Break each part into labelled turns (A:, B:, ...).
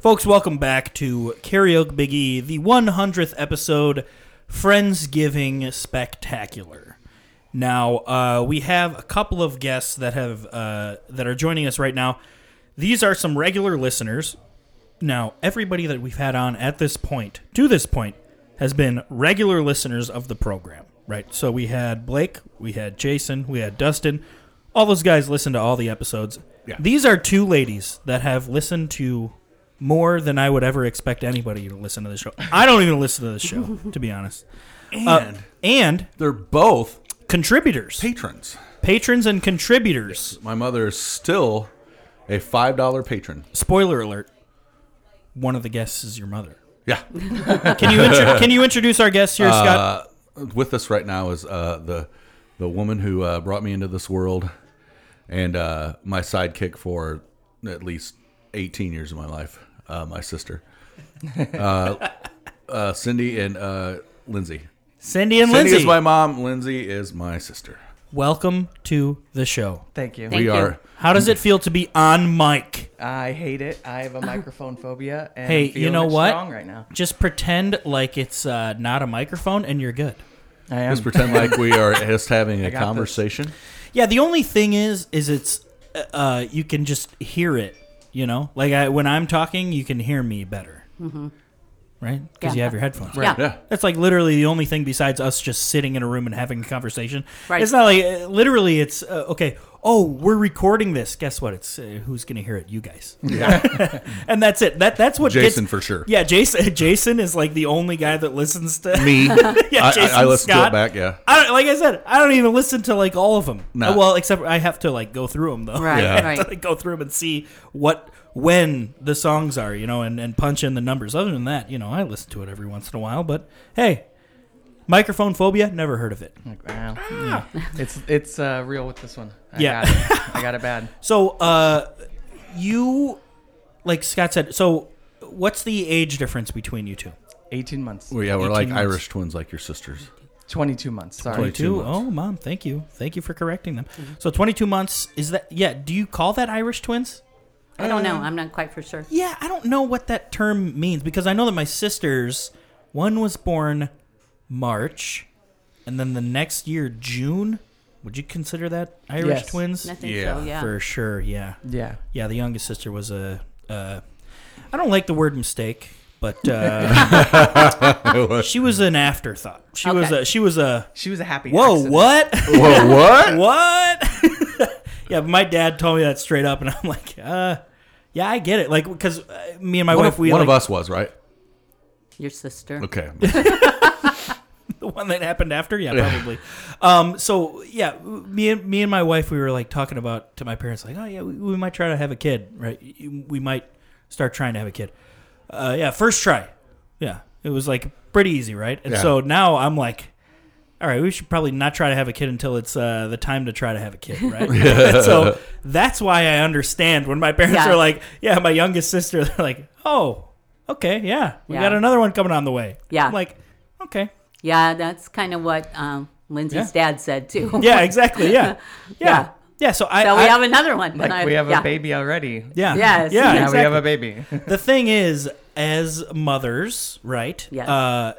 A: Folks, welcome back to Karaoke Big E, the 100th episode, Friendsgiving Spectacular. Now, uh, we have a couple of guests that have uh, that are joining us right now. These are some regular listeners. Now, everybody that we've had on at this point, to this point, has been regular listeners of the program, right? So we had Blake, we had Jason, we had Dustin. All those guys listened to all the episodes.
B: Yeah.
A: These are two ladies that have listened to more than I would ever expect anybody to listen to this show. I don't even listen to this show, to be honest. And, and
B: They're both
A: contributors,
B: patrons.
A: patrons, and contributors.
B: My mother is still a five dollar patron.
A: Spoiler alert: one of the guests is your mother.
B: Yeah.
A: Can you intro can you introduce our guest here, Scott?
B: Uh, with us right now is uh, the the woman who uh, brought me into this world, and uh, my sidekick for at least eighteen years of my life. Uh, my sister, uh, uh, Cindy and uh, Lindsay.
A: Cindy and
B: Cindy
A: Lindsay.
B: is my mom. Lindsay is my sister.
A: Welcome to the show.
C: Thank you.
B: we
D: you.
B: are.
A: How does it feel to be on mic?
C: I hate it. I have a microphone phobia. And
A: Hey,
C: I'm feeling
A: you know
C: it
A: what?
C: Strong right now.
A: Just pretend like it's uh, not a microphone, and you're good.
C: I am.
B: Just pretend like we are just having a
C: got this.
B: conversation.
A: Yeah, the only thing is, is it's uh, uh, you can just hear it. You know, like I, when I'm talking, you can hear me better, mm-hmm. right? Because you
D: Yeah.
A: have your headphones.
D: Yeah.
B: Yeah.
A: That's like literally the only thing besides us just sitting in a room and having a conversation.
D: Right.
A: It's not like uh, literally. It's uh, okay. Oh, we're recording this. Guess what? It's uh, who's going to hear it? You guys. Yeah. and that's it. That that's what
B: Jason
A: gets,
B: for sure.
A: Yeah, Jason. Jason is like the only guy that listens to
B: Me. I, I,
A: Jason
B: I listened to
A: Scott.
B: it back. Yeah.
A: I don't, like I said, I don't even listen to like all of them.
B: No.
A: Well, except I have to like go through them though.
D: Right,
A: I
B: Yeah.
A: have
D: right.
A: to, like, go through them and see what when the songs are, you know, and and punch in the numbers. Other than that, you know, I listen to it every once in a while. But hey, microphone phobia, never heard of it.
C: Like, wow. Mm. It's it's uh, real with this one. I
A: Ah! Yeah.
C: Got it. I got it bad.
A: So, uh, you like Scott said. So, what's the age difference between you two?
C: 18 months.
B: Well, yeah, we're like
A: 18 months.
B: Irish twins, like your sisters.
C: 22 months. Sorry.
B: 22
A: Two.
B: months.
A: Oh, mom, thank you, thank you for correcting them. So, twenty-two months is that? Yeah. Do you call that Irish twins?
D: I don't know. I'm not quite for sure.
A: Yeah, I don't know what that term means because I know that my sisters, one was born March, and then the next year June. Would you consider that Irish
C: Yes.
A: twins?
D: I think
B: Yeah,
D: so. Yeah.
A: For sure, yeah,
C: Yeah.
A: yeah. The youngest sister was a. Uh, I don't like the word mistake, but uh, she was an afterthought. She was
D: Okay.
A: a. She was a.
C: She was a happy.
A: Whoa!
C: accident.
A: What?
B: Whoa, what?
A: what? yeah, but my dad told me that straight up, and I'm like, uh, yeah, I get it. Like, because uh, me and my
B: One,
A: wife,
B: of,
A: we
B: one
A: like,
B: of us was right.
D: Your sister.
B: Okay.
A: the one that happened after, yeah, probably. um, so yeah, me and me and my wife, we were like talking about to my parents, like, oh yeah, we, we might try to have a kid, right? We might start trying to have a kid. Uh, yeah, first try. Yeah, it was like pretty easy, right? And
B: Yeah.
A: so now I'm like. All right, we should probably not try to have a kid until it's uh, the time to try to have a kid, right? so that's why I understand when my parents
D: Yeah.
A: are like, "Yeah, my youngest sister," they're like, "Oh, okay, yeah, we
D: Yeah.
A: got another one coming on the way."
D: Yeah.
A: I'm like, "Okay,
D: Yeah, that's kind of what um, Lindsay's dad said too.
A: yeah, exactly. Yeah. Yeah. Yeah.
D: Yeah.
A: so I,
D: So we
A: I-
D: have another one.
C: Like
D: And I-
C: we have
D: yeah.
C: a baby already.
A: yeah.
D: Yes.
A: Yeah.
D: Yeah,
C: Now we have
A: exactly.
C: a baby.
A: the thing is, as mothers, right?
D: Yes.
A: Uh,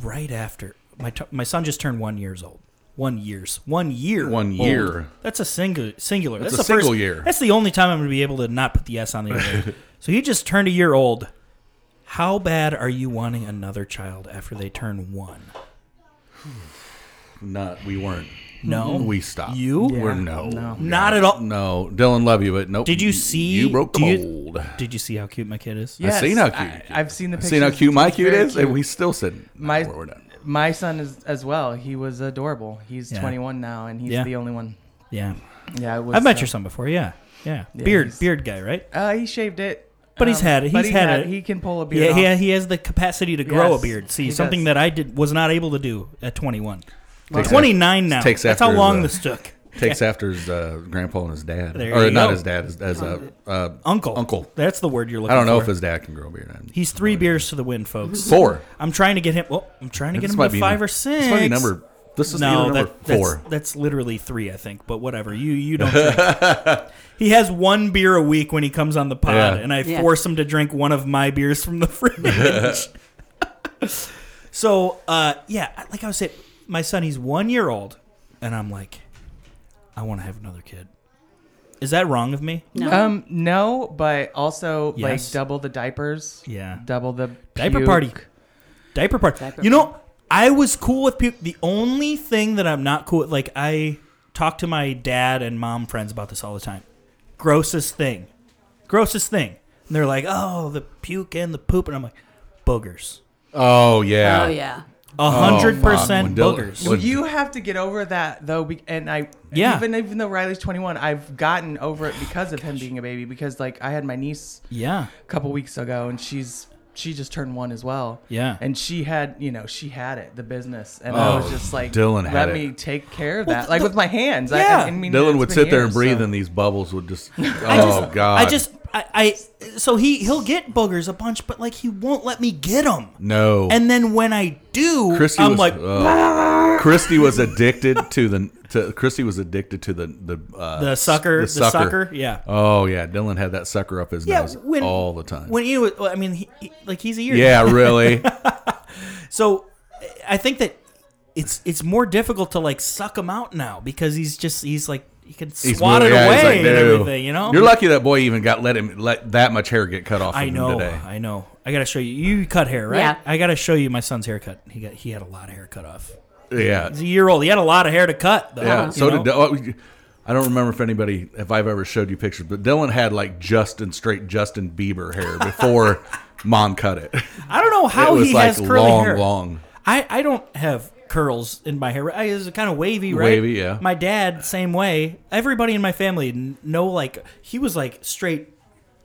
A: right after my t- my son just turned one years old. One years. One year.
B: One
A: old.
B: year.
A: That's a singular. Singular. That's,
B: That's a
A: the first-
B: single year.
A: That's the only time I'm going to be able to not put the S on the end. so he just turned a year old. How bad are you wanting another child after they turn one?
B: Not we weren't.
A: No.
B: We stopped.
A: You?
B: We're
C: Yeah.
B: no.
C: No.
A: Not at all.
B: No. Dylan love you, but nope.
A: Did you see-
B: You broke the
A: do you-
B: mold.
A: Did you see how cute my kid is?
C: Yes,
B: seen how
C: I,
B: cute-
C: I've seen the pictures.
B: Seen how cute my
C: It's
B: cute
C: very
B: is, and we still said no,
C: My-
B: we're not.
C: My son is as well. He was adorable. He's
A: Yeah.
C: 21 now, and he's
A: Yeah.
C: the only one.
A: Yeah.
C: Yeah, it was,
A: I've met
C: uh,
A: your son before. Yeah, yeah.
C: Yeah,
A: beard,
C: he's-
A: beard guy, right?
C: Uh, he shaved it,
A: But he's had it.
C: Um, but
A: He's
C: he
A: had it.
C: He can pull a beard.
A: Yeah,
C: off.
A: he, he has the capacity to grow a
C: Yes,
A: beard. See,
C: he
A: something
C: does.
A: that I did was not able to do at 21.
B: Takes
A: 29
B: after-
A: now.
B: takes uh,
A: That's
B: after
A: how long
B: the-
A: this took.
B: Takes after his uh, grandpa and his dad,
A: There
B: or
A: you
B: not
A: go.
B: his dad, as, as uh, uh,
A: Uncle,
B: Uncle.
A: That's the word you're looking.
B: I don't know
A: for.
B: if his dad can grow a beard. I'm-
A: he's three beers to the wind, folks.
B: four.
A: I'm trying to get him. Well, I'm trying to get
B: This
A: him
B: might
A: to
B: be
A: five or six.
B: This might be number This is
A: No,
B: the number
A: that, that's,
B: four.
A: that's literally three, I think. But whatever, you you don't. drink. he has one beer a week when he comes on the pod,
B: Yeah.
A: and I
D: Yeah.
A: force him to drink one of my beers from the fridge. so uh, yeah, like I was saying, my son he's one year old, and I'm like, I want to have another kid. Is that wrong of me?
D: No.
C: Um, no, but also
A: Yes.
C: like double the diapers.
A: Yeah.
C: Double the
A: Diaper
C: puke.
A: party. Diaper party.
D: Diaper
A: you know, I was cool with people. The only thing that I'm not cool with, like, I talk to my dad and mom friends about this all the time. Grossest thing. Grossest thing. And they're like, oh, the puke and the poop. And I'm like, boogers.
B: oh yeah.
D: Oh yeah.
A: A hundred percent
B: fuck. When
A: boogers.
B: Dylan-
C: Well, you have to get over that though, be- and I
A: Yeah.
C: even even though Riley's 21, I've gotten over it because of him being a baby. Because like I had my niece
A: Yeah.
C: a couple weeks ago, and she's she just turned one as well.
A: Yeah.
C: and she had you know she had it the business, and
B: Oh,
C: I was just like,
B: Dylan
C: let
B: had it.
C: me take care of
A: Well,
C: that,
A: the-
C: like with my hands. I-
A: Yeah.
C: I, I mean, it's
B: Dylan would
C: been
B: sit there and
C: years,
B: breathe,
C: so-
B: and these bubbles would just. Oh
A: just-
B: God!
A: I just, I, I, so he, he'll get boogers a bunch, but like, he won't let me get them.
B: no.
A: And then when I do,
B: Christy
A: I'm
B: was,
A: like,
B: oh. Christy was addicted to the to Christy was addicted to the the uh,
A: the sucker, the sucker. Yeah.
B: Oh yeah, Dylan had that sucker up his
A: Yeah,
B: nose
A: when-
B: all the time.
A: When you, well, I mean, he, he- like he's a year.
B: yeah, really.
A: So I think that it's it's more difficult to like suck him out now because he's just he's like he can
B: He's
A: swat
B: moving-
A: it
B: yeah,
A: away
B: he's like,
A: and
B: "No."
A: everything. You know,
B: You're lucky that boy even got let him let that much hair get cut off.
A: I
B: of
A: know,
B: Him today.
A: I know. I gotta show you. You cut hair, right?
D: Yeah.
A: I gotta show you my son's haircut. He got he had a lot of hair cut off.
B: Yeah,
A: He's a year old. He had a lot of hair to cut. Though,
B: yeah.
A: you
B: So
A: know?
B: did. Oh, I don't remember if anybody, if I've ever showed you pictures, but Dylan had like Justin straight Justin Bieber hair before mom cut it.
A: I don't know
B: it
A: how
B: was
A: Oh, he
B: like
A: has curly
B: long,
A: hair.
B: long.
A: I I don't have curls in my hair. I is kind of wavy, right?
B: Wavy, yeah.
A: My dad, same way. Everybody in my family, n- no, like he was like straight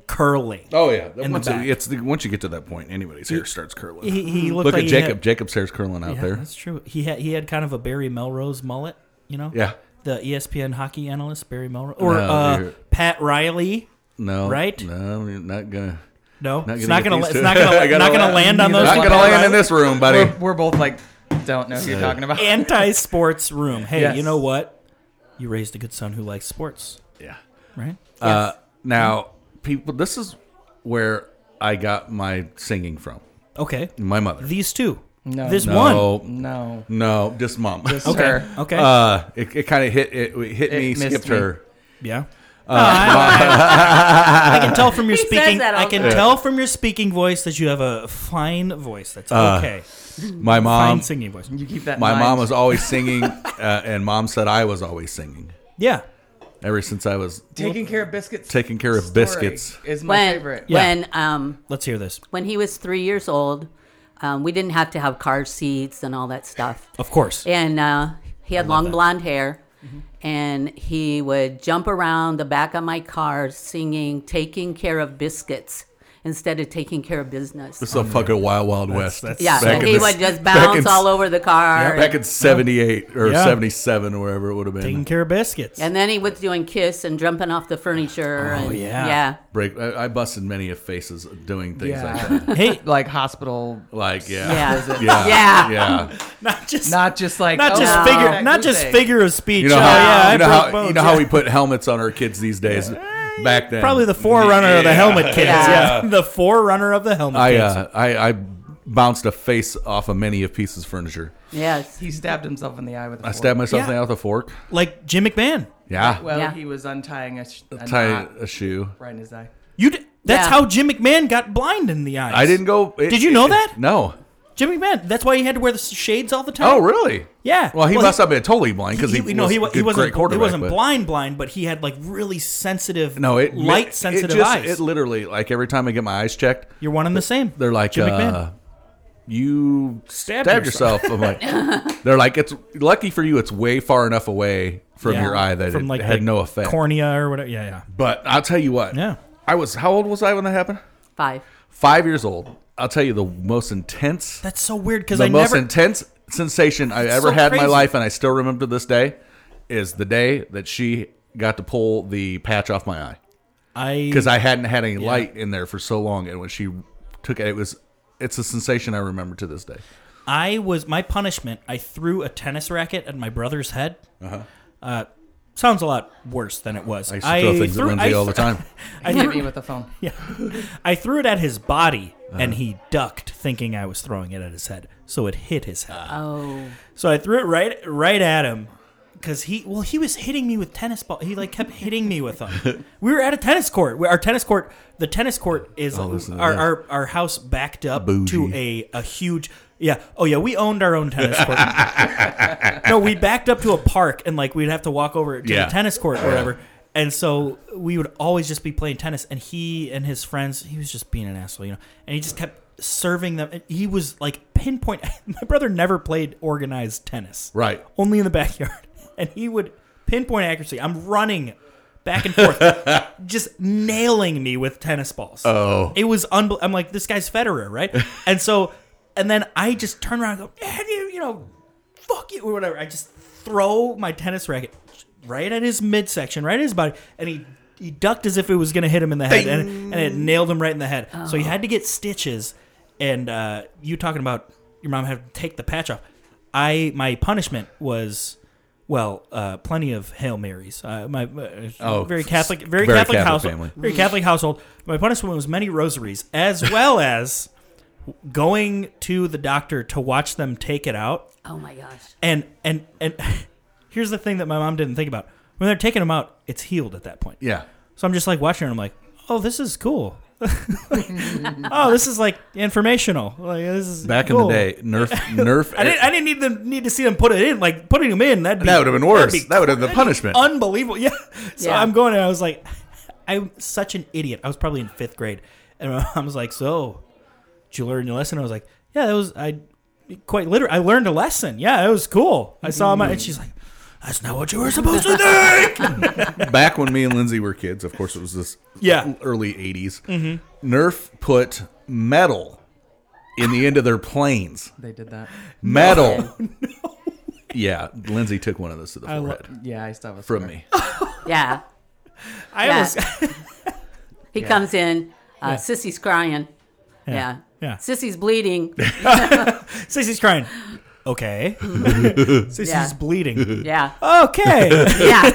A: curly.
B: Oh yeah,
A: In the
B: once
A: back.
B: it- it's the, once you get to that point, anybody's hair starts curling.
A: He, he looked
B: Mm-hmm. Look
A: like
B: at
A: he
B: Jacob.
A: had-
B: Jacob's hair's curling out
A: yeah,
B: there.
A: That's true. He had he had kind of a Barry Melrose mullet, you know.
B: Yeah.
A: The E ESPN hockey analyst Barry Melrose or
B: No,
A: uh,
B: you're-
A: Pat Riley.
B: No,
A: Right?
B: No, you're not gonna.
A: No,
B: Not
A: it's
B: gonna
A: not
B: get
A: gonna.
B: these
A: It's
B: two.
A: not gonna.
B: I gotta
A: not gonna
B: laugh.
A: land on those.
C: Not
B: Not
A: two
B: gonna
C: gonna
A: guys.
B: land in this room, buddy.
C: We're, we're both like, don't know who you're talking about.
A: Anti-sports room. Hey,
C: Yes.
A: you know what? You raised a good son who likes sports,
B: Yeah.
A: right?
B: Uh, now, people, this is where I got my singing from.
A: Okay.
B: My mother.
A: These two.
C: No.
A: This one.
B: no,
C: no,
B: no, just mom.
C: just
A: Okay.
C: her.
A: Okay.
B: Uh, it, it kind of hit it, it hit
C: It
B: me,
C: missed
B: skipped
C: me.
B: her.
A: yeah. No, I, uh, I- I can tell from your
D: He says
A: speaking.
D: that all
A: I can
D: the time.
A: tell from your speaking voice that you have a fine voice. That's
B: Uh,
A: okay.
B: My
A: fine
B: mom,
A: singing voice.
C: You keep that. in
B: my
C: mind.
B: mom was always singing, uh, and mom said I was always singing
A: Yeah.
B: ever since I was
C: taking care of biscuits.
B: taking care of
C: story
B: biscuits.
C: is my
D: When
C: favorite.
A: Yeah.
D: when um
A: Let's hear this.
D: when he was three years old, um, we didn't have to have car seats and all that stuff.
A: Of course.
D: And uh, he had long blonde hair, and he would jump around the back of my car singing "Taking Care of Biscuits" instead of taking care of business.
B: It's a fucking wild, wild west.
A: that's-
D: Yeah,
A: Back
D: so
A: in
D: he
A: the-
D: would just
B: back
D: bounce
B: in-
D: all over the car.
B: back in '78 or
A: Yeah.
B: '77 or wherever it would have been.
A: Taking care of biscuits.
D: and then he was doing kiss and jumping off the furniture. Oh, and,
A: yeah.
D: Yeah.
B: Break. I, I busted many of faces doing things
C: Yeah.
B: like that.
A: hey,
C: like hospital,
B: Like yeah,
D: Yeah.
B: yeah,
D: Yeah.
B: yeah.
A: not just not,
C: not just like oh,
A: just
D: no.
A: figure
C: that
A: not
C: new
A: just
C: thing.
A: figure of speech.
B: You know
A: oh
B: how
A: yeah, I
B: you know
A: broke
B: how you
A: bones,
B: know how
A: yeah.
B: we put helmets on our kids these days. Back then,
A: probably the forerunner of the
B: Yeah.
A: helmet kids. Yeah.
D: Yeah.
A: the forerunner of the helmet
B: I
A: kids.
B: uh, I I bounced a face off of many of pieces of furniture.
D: Yes.
C: He stabbed himself in the eye with. a
B: I
C: fork.
B: stabbed myself
A: Yeah.
B: in the eye with a fork.
A: like Jim McMahon.
B: Yeah,
C: Well,
D: Yeah.
C: he was untying a, sh- a
B: tie
C: knot
B: a shoe.
C: right in his eye.
A: You d- that's
D: Yeah.
A: how Jim McMahon got blind in the eyes.
B: I didn't go. it-
A: Did you know
B: it-
A: that?
B: No.
A: Jim McMahon. That's why he had to wear the s- shades all the time.
B: Oh, really?
A: Yeah.
B: Well, he
A: Well,
B: must
A: he-
B: have been totally blind because he,
A: you
B: was
A: know, he, wa-
B: a
A: he
B: good,
A: wasn't
B: great quarterback.
A: he wasn't
B: but-
A: blind blind, but he had like really sensitive,
B: No, it
A: light
B: it
A: sensitive
B: just-
A: eyes.
B: It literally like every time I get my eyes checked,
A: You're one and the same.
B: they're like,
A: Jim McMahon.
B: uh, "You stabbed,
A: Stabbed
B: yourself." I'm like, they're like, "It's lucky for you, it's way far enough away from
A: Yeah.
B: your eye that
A: From,
B: it
A: like,
B: had
A: the
B: no effect."
A: cornea or whatever. Yeah, yeah.
B: But I'll tell you what,
A: Yeah.
B: I was how old was I when that happened?
D: Five.
B: Five years old. I'll tell you the most intense,
A: That's so weird because
B: the
A: I
B: most
A: never.
B: intense sensation I
A: That's
B: ever
A: so
B: had in my
A: crazy.
B: life, and I still remember to this day, is the day that she got to pull the patch off my eye.
A: I
B: because I hadn't had any light in there for so long, and when she took it, it was it's a sensation I remember to this day.
A: I was my punishment. I threw a tennis racket at my brother's head. Uh-huh. sounds a lot worse than it was.
B: I used to throw things
A: threw-
B: at Lindsay
A: I
B: all the
A: th-
B: time.
A: I
C: Hit
A: threw,
C: me with the phone.
A: I threw it at his body,
B: Uh-huh.
A: and he ducked, thinking I was throwing it at his head. So it hit his head.
D: Oh,
A: So I threw it right right at him because he well he was hitting me with tennis ball. He like kept hitting me with them. we were at a tennis court. We- Our tennis court, the tennis court is
B: Oh, listen to
A: our,
B: that.
A: our our house backed up to
B: Bougie.
A: a a huge yeah oh yeah we owned our own tennis court. no, we backed up to a park and like we'd have to walk over to
B: Yeah.
A: the tennis court or whatever. And so we would always just be playing tennis, and he and his friends, he was just being an asshole, you know. And he just kept serving them. And he was like pinpoint. My brother never played organized tennis,
B: Right.
A: Only in the backyard, and he would pinpoint accuracy. I'm running back and forth, just nailing me with tennis balls. Oh, it was unbel- I'm like, this guy's Federer, right? and so, and then I just turn around and go, "Have you, you know, fuck you or whatever. I just throw my tennis racket right at his midsection, right at his body, and he he ducked as if it was gonna hit him in the head, and, and it nailed him right in the head. So he had to get stitches. And uh, you talking about your mom had to take the patch off? I my punishment was. Well, uh, plenty of hail marys. Uh, my uh,
B: Oh,
A: very Catholic, very,
B: very
A: Catholic,
B: Catholic
A: household,
B: family.
A: very Catholic household. My punishment was many rosaries, as well as going to the doctor to watch them take it out
D: oh my gosh.
A: and and and here's the thing that my mom didn't think about. When they're taking him out, it's healed at that point.
B: Yeah.
A: So I'm just like watching it. I'm like, oh, this is cool. oh, this is like informational. Like this is
B: Back in
A: cool.
B: the day, Nerf, Nerf.
A: I didn't. I didn't need them. Need to see them put it in. Like putting them in. That'd be,
B: that would have been worse.
A: that'd be
B: that would have been the punishment.
A: unbelievable. Yeah. So
D: Yeah.
A: I'm going and I was like, I'm such an idiot. I was probably in fifth grade, and my mom was like, "So, did you learn your lesson?" I was like, "Yeah, that was I quite literally. I learned a lesson. Yeah, it was cool. I saw my." And she's like, "That's not what you were supposed to think."
B: Back when me and Lindsay were kids, of course, it was this
A: Yeah. Mm-hmm.
B: early 80s. Nerf put metal in the end of their planes.
C: They did that.
B: Metal. Yeah, Lindsay took one of those to the
A: I lo-
B: forehead
C: Yeah, I still was
B: from me.
D: Yeah.
A: I
D: Yeah.
A: almost
D: He comes in. Uh, Sissy's crying. Yeah.
A: Yeah.
D: Sissy's bleeding.
A: Sissy's crying. Okay. Sissy's
D: Yeah.
A: bleeding.
D: Yeah.
A: Okay,
D: Yeah.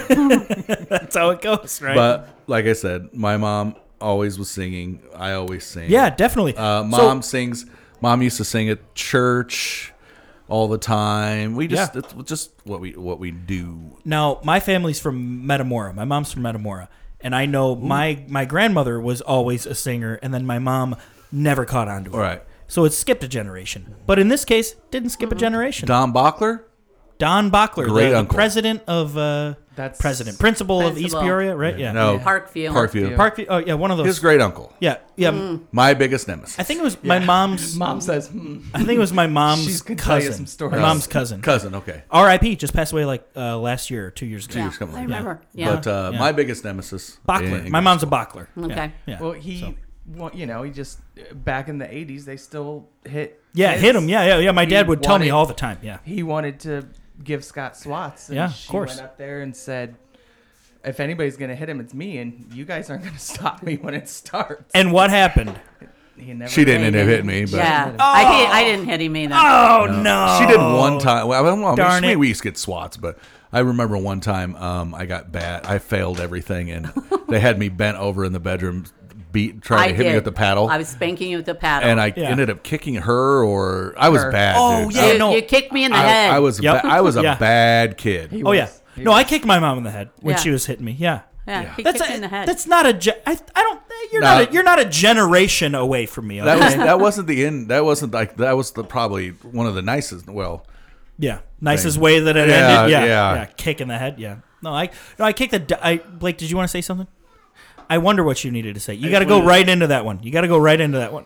A: that's how it goes, right?
B: But like I said, my mom always was singing. I always sing.
A: yeah, definitely. So-
B: Uh, mom sings. Mom used to sing at church all the time. We just
A: Yeah.
B: it's just what we what we do.
A: Now, my family's from Metamora. My mom's from Metamora, and I know my my grandmother was always a singer, and then my mom never caught on to it.
B: All right.
A: So it skipped a generation. But in this case, didn't skip a
C: Hmm.
A: generation. Don,
B: Don Bachler.
A: Bachler, the-
B: Great
A: the,
B: uncle.
A: president of uh,
C: That's-
A: president, principal of East
D: Principal.
A: Peoria, right? Yeah.
B: No.
D: Parkfield.
B: Parkfield.
A: Parkview. Oh, yeah, one of those.
B: His great uncle.
A: yeah, yeah.
C: Hmm.
B: My biggest nemesis.
A: I think it was my mom's.
C: Mom says, hmm.
A: I think it was my mom's
C: She's gonna tell you
A: cousin.
C: some stories.
A: My mom's cousin.
B: cousin. Okay.
A: R.I.P. Just passed away like uh, last year, or two years ago.
D: Yeah.
B: Come on.
D: I remember. Yeah.
B: But uh,
A: Yeah.
B: my biggest nemesis.
A: Bachler.
B: in-
A: my mom's a Bachler. Yeah,
D: Okay.
A: Yeah.
C: Well, he, well, you know, he just back in the '80s, they still hit.
A: Yeah,
C: hits.
A: hit him. Yeah, yeah, yeah. My
C: He
A: dad would tell me
C: wanted-
A: all the time. Yeah,
C: He wanted to give Scott Swats. And
A: Yeah, of
C: she
A: course.
C: Went up there and said, "If anybody's gonna hit him, it's me, and you guys aren't gonna stop me when it starts."
A: and what happened?
C: He never.
B: She didn't end up hitting me, but
D: Yeah. I, hit, I didn't hit him either.
A: Oh no!
B: She did one time. Well, I don't know.
A: Oh. Darn
B: maybe
A: it.
B: we used to get swats, but I remember one time um, I got bad. I failed everything, and they had me bent over in the bedroom, beat trying
D: I
B: to hit
D: did.
B: me with the paddle,
D: I was spanking you with the paddle.
B: and I
A: Yeah.
B: ended up kicking her. Or I was
C: Her.
B: bad.
A: Oh,
B: dude.
A: yeah,
D: you,
B: I,
A: no.
D: you kicked me in the
B: I,
D: head.
B: I was.
A: Yep.
B: Ba- I was a
A: Yeah.
B: bad kid.
A: Oh yeah.
C: He
A: No,
C: was.
A: I kicked my mom in the head when
D: Yeah.
A: she was hitting me. Yeah.
D: yeah, He
A: That's
D: kicked
A: a,
D: me in the head.
A: that's not a. Ge- I, I don't. eh, You're
B: No.
A: not. A, you're not a generation away from me.
B: That
A: Okay?
B: was that wasn't the end. That wasn't like that was the probably one of the nicest. Well,
A: yeah. Nicest way that it
B: Yeah,
A: ended. Yeah,
B: yeah.
A: yeah. Kick in the head. Yeah. No, I. No, I kicked the. d- I Blake. Did you want to say something? I wonder what you needed to say. You got to go
E: wanted-
A: right into that one. You got to go right into that one.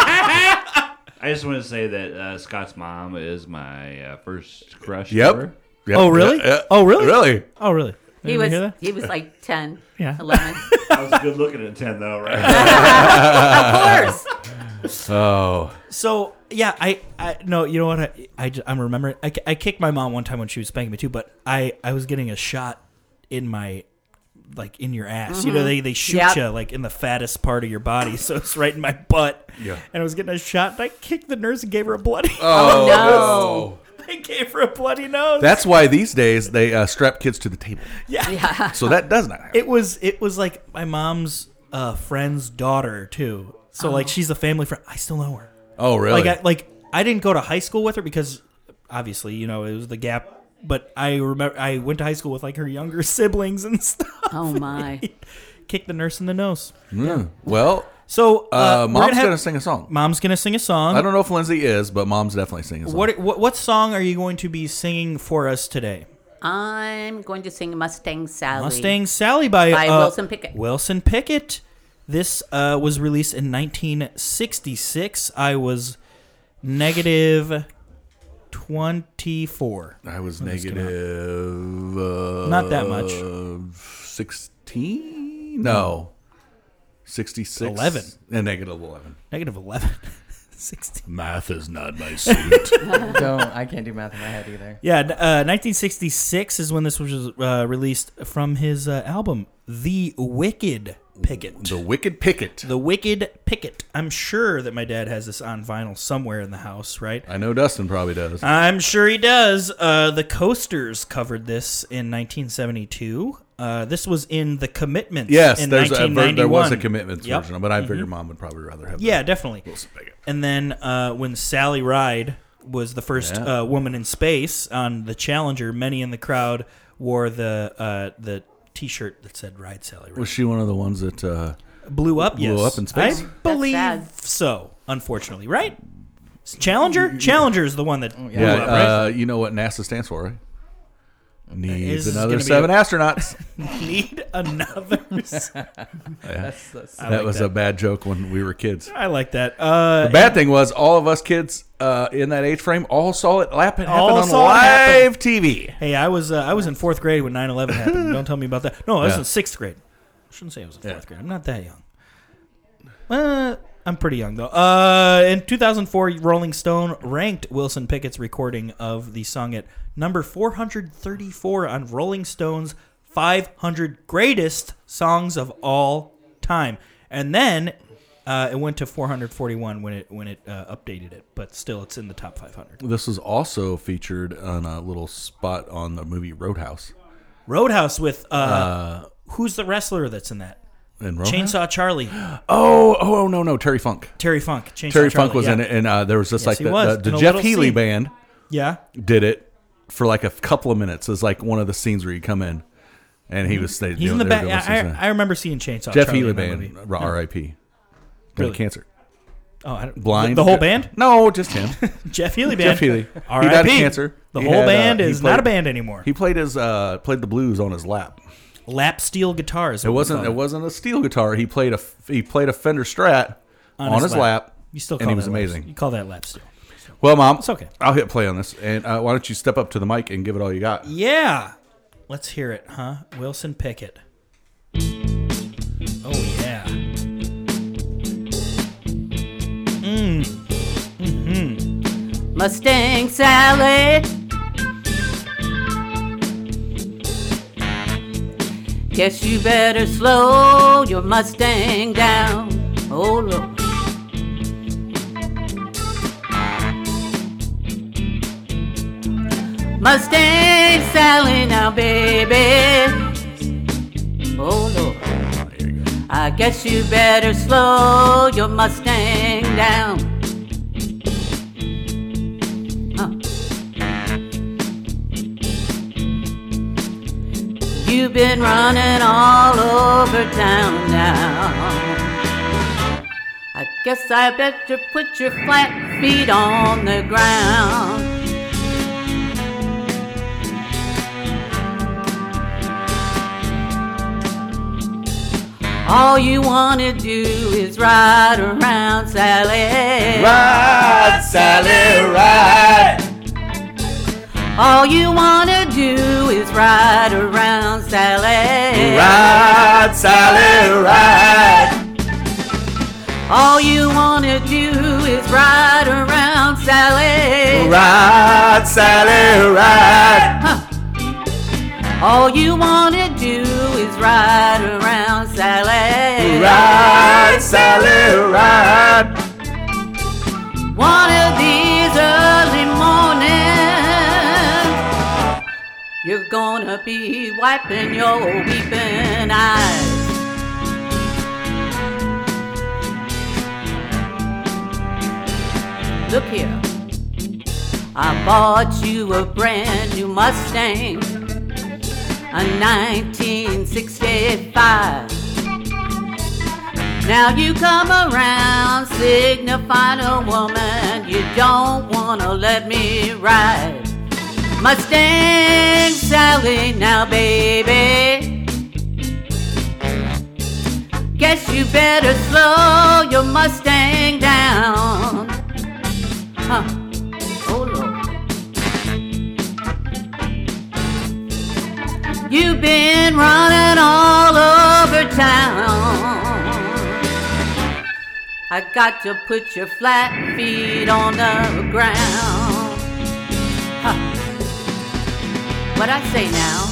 E: I just want to say that uh, Scott's mom is my uh, first crush.
B: yep.
E: ever.
B: Yep.
A: Oh, really?
B: Yeah, yeah.
A: Oh, really?
B: Really?
A: Oh really?
D: he
A: Didn't you
D: was
A: hear that?
D: he was like 10,
A: Yeah.
D: 11.
E: I was good looking at ten though, right?
D: of course.
B: Oh,
A: So yeah, I, I no, you know what? I, I am remembering. I, I kicked my mom one time when she was spanking me too, but I I was getting a shot in my like in your ass. You know, they they shoot
D: Yep.
A: you like in the fattest part of your body, so it's right in my butt.
B: Yeah.
A: And I was getting a shot, and I kicked the nurse and gave her a bloody.
D: Oh,
B: no.
A: I gave her a bloody nose.
B: That's why these days they uh, strap kids to the table.
A: yeah.
B: So that does not happen.
A: It was it was like my mom's uh, friend's daughter too. So like she's a family friend. I still know her.
B: Oh, really?
A: Like I like I didn't go to high school with her because obviously you know it was the gap. But I remember I went to high school with like her younger siblings and stuff.
D: Oh my.
A: Kicked the nurse in the nose.
B: Mm. Well,
A: So
B: uh,
A: uh, we're
B: mom's
A: gonna, have-
B: gonna sing a song.
A: Mom's gonna sing a song.
B: I don't know if Lindsay is, but mom's definitely singing a song.
A: What, what what song are you going to be singing for us today?
D: I'm going to sing Mustang Sally.
A: Mustang Sally by,
D: By
A: uh,
D: Wilson Pickett.
A: Wilson Pickett. This uh, was released in 1966. I was negative 24.
B: I was negative. Uh,
A: Not that much.
B: 16? No. 66.
A: 11.
B: Yeah, negative 11.
A: Negative 11. 16.
B: Math is not my suit.
C: Don't. I can't do math in my head either.
A: Yeah, n- uh, 1966 is when this was uh, released from his uh, album, The Wicked Pickett.
B: the Wicked Picket.
A: The Wicked Picket. I'm sure that my dad has this on vinyl somewhere in the house, right?
B: I know Dustin probably does.
A: I'm sure he does. Uh, the Coasters covered this in 1972. Uh, this was in The Commitments.
B: yes,
A: in
B: there's a, ver-
A: 1991.
B: there was a commitments
A: Yep. Mm-hmm.
B: version, but I figure mom would probably rather have
A: Yeah,
B: the
A: definitely.
B: Wilson Pickett.
A: And then uh, when Sally Ride was the first
B: Yeah.
A: uh, woman in space on the Challenger, many in the crowd wore the uh, the T-shirt that said "Ride Sally Ride."
B: Was she one of the ones that. Uh,
A: blew up.
B: Blew
A: yes.
B: up in space?
A: I believe
D: sad.
A: so. Unfortunately, right? Challenger. Challenger is the one that blew
B: yeah,
A: up. Right?
B: uh, you know what NASA stands for, right? Needs
A: Is gonna
B: another
A: be
B: seven
A: a-
B: astronauts.
A: Need another. s-
C: That's, that's
A: I
B: that
A: like
B: was a bad joke when we were kids.
A: I like that. Uh,
B: The bad thing was, all of us kids uh, in that age frame all saw it lap- happen
A: All
B: on
A: saw it happen.
B: live TV.
A: hey, I was uh, I was in fourth grade when 9-11 happened. Don't tell me about that. No, I was
B: Yeah.
A: in sixth grade. I shouldn't say I was in fourth
B: Yeah.
A: grade. I'm not that young. Uh, I'm pretty young though. Uh, in 2004, Rolling Stone ranked Wilson Pickett's recording of the song at number 434 on Rolling Stone's 500 greatest songs of all time, and then uh, it went to 441 when it when it uh, updated it. But still, it's in the top 500.
B: This was also featured on a little spot on the movie Roadhouse.
A: Roadhouse with uh, who's the wrestler that's in that?
B: And Roadhouse?
A: Chainsaw Charlie,
B: Oh, oh, oh, no, no, Terry Funk.
A: Terry Funk. Chainsaw Charlie,
B: Terry Funk was
A: yeah.
B: in it, and uh, there was just like
A: he
B: the,
A: was,
B: the-
A: in
B: the
A: a
B: Jeff
A: little
B: Healy
A: scene.
B: band
A: Yeah,
B: did it for like a couple of minutes. It's like one of the scenes where you come in, and he was they
A: Mm-hmm. he's in the
B: they were
A: back.
B: doing
A: I,
B: this-
A: I, I remember seeing Chainsaw
B: Jeff
A: Charlie
B: Healy
A: in that
B: band,
A: movie.
B: R- R.I.P.
A: Really?
B: Got cancer.
A: Oh, I don't,
B: Blind.
A: The, whole band.
B: No, just him.
A: Jeff Healy band.
B: Jeff Healy. He died of
A: R.I.P.
B: cancer.
A: The
B: He
A: whole
B: had, uh,
A: band
B: he
A: is not a
B: played-
A: band anymore.
B: He played his uh, played the blues on his lap.
A: Lap steel guitars.
B: It wasn't. It wasn't a steel guitar. He played a he played a Fender Strat on, his, lap.
A: You still call
B: and he
A: that
B: was
A: lap-
B: amazing.
A: You call that lap steel?
B: Well, mom,
A: It's okay.
B: I'll hit play on this, and uh, why don't you step up to the mic and give it all you got?
A: Yeah. Let's hear it, huh? Wilson Pickett. Oh yeah. Mm.
D: Mustang Sally. Guess you better slow your Mustang down. Oh Lord. Mustang Sally now, baby. Oh Lord. I guess you better slow your Mustang down. Huh. You've been running all over town now. I guess I better put your flat feet on the ground. All you wanna do is ride around, Sally.
B: Ride, Sally, ride.
D: All you wanna do is ride around, Sally.
B: Ride, Sally, ride.
D: All you wanna do is ride around, Sally.
B: Ride, Sally, ride.
D: All you wanna do is Ride around Sally.
F: Ride, Sally, ride.
D: One of these early mornings, you're gonna be wiping your weeping eyes. Look here, I bought you a brand new Mustang, a 1965. Now you come around signifying a woman you don't wanna let me ride. Mustang Sally, now baby. Guess you better slow your Mustang down. Huh. Oh Lord. You've been running all over town. I got to put your flat feet on the ground. Huh. What I say now?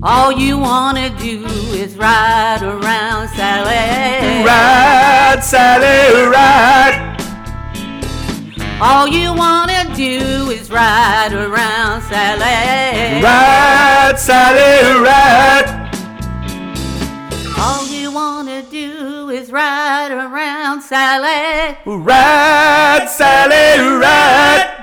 D: All you wanna do is ride around Sally.
F: Ride, Sally, ride.
D: All you wanna do is ride around Sally.
F: Ride, Sally, ride.
D: All you wanna do is ride around Sally.
F: Ride, Sally, ride.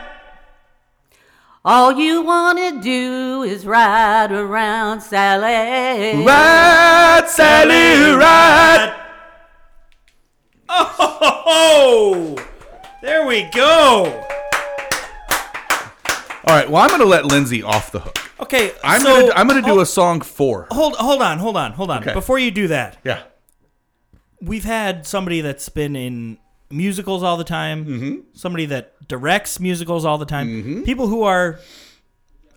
D: All you wanna do is ride around Sally.
F: Ride, Sally, ride.
A: Oh, there we go.
B: All right. Well, I'm going to let Lindsay off the hook.
A: Okay,
B: I'm
A: so oh.
B: gonna I'm gonna do
A: hold,
B: a song for.
A: hold hold on, hold on, hold on.
B: Okay.
A: Before you do that,
B: Yeah.
A: we've had somebody that's been in musicals all the time,
B: Mm-hmm.
A: somebody that directs musicals all the time, people who are,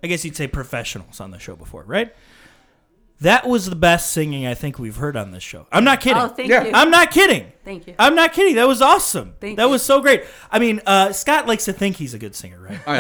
A: I guess you'd say, professionals on the show before, right? That was the best singing I think we've heard on this show. I'm not kidding.
D: Oh, thank
B: Yeah.
D: you.
A: I'm not kidding.
D: Thank you.
A: I'm not kidding. That was awesome.
D: Thank
A: that
D: you.
A: was so great. I mean, uh, Scott likes to think he's a good singer, right?
B: I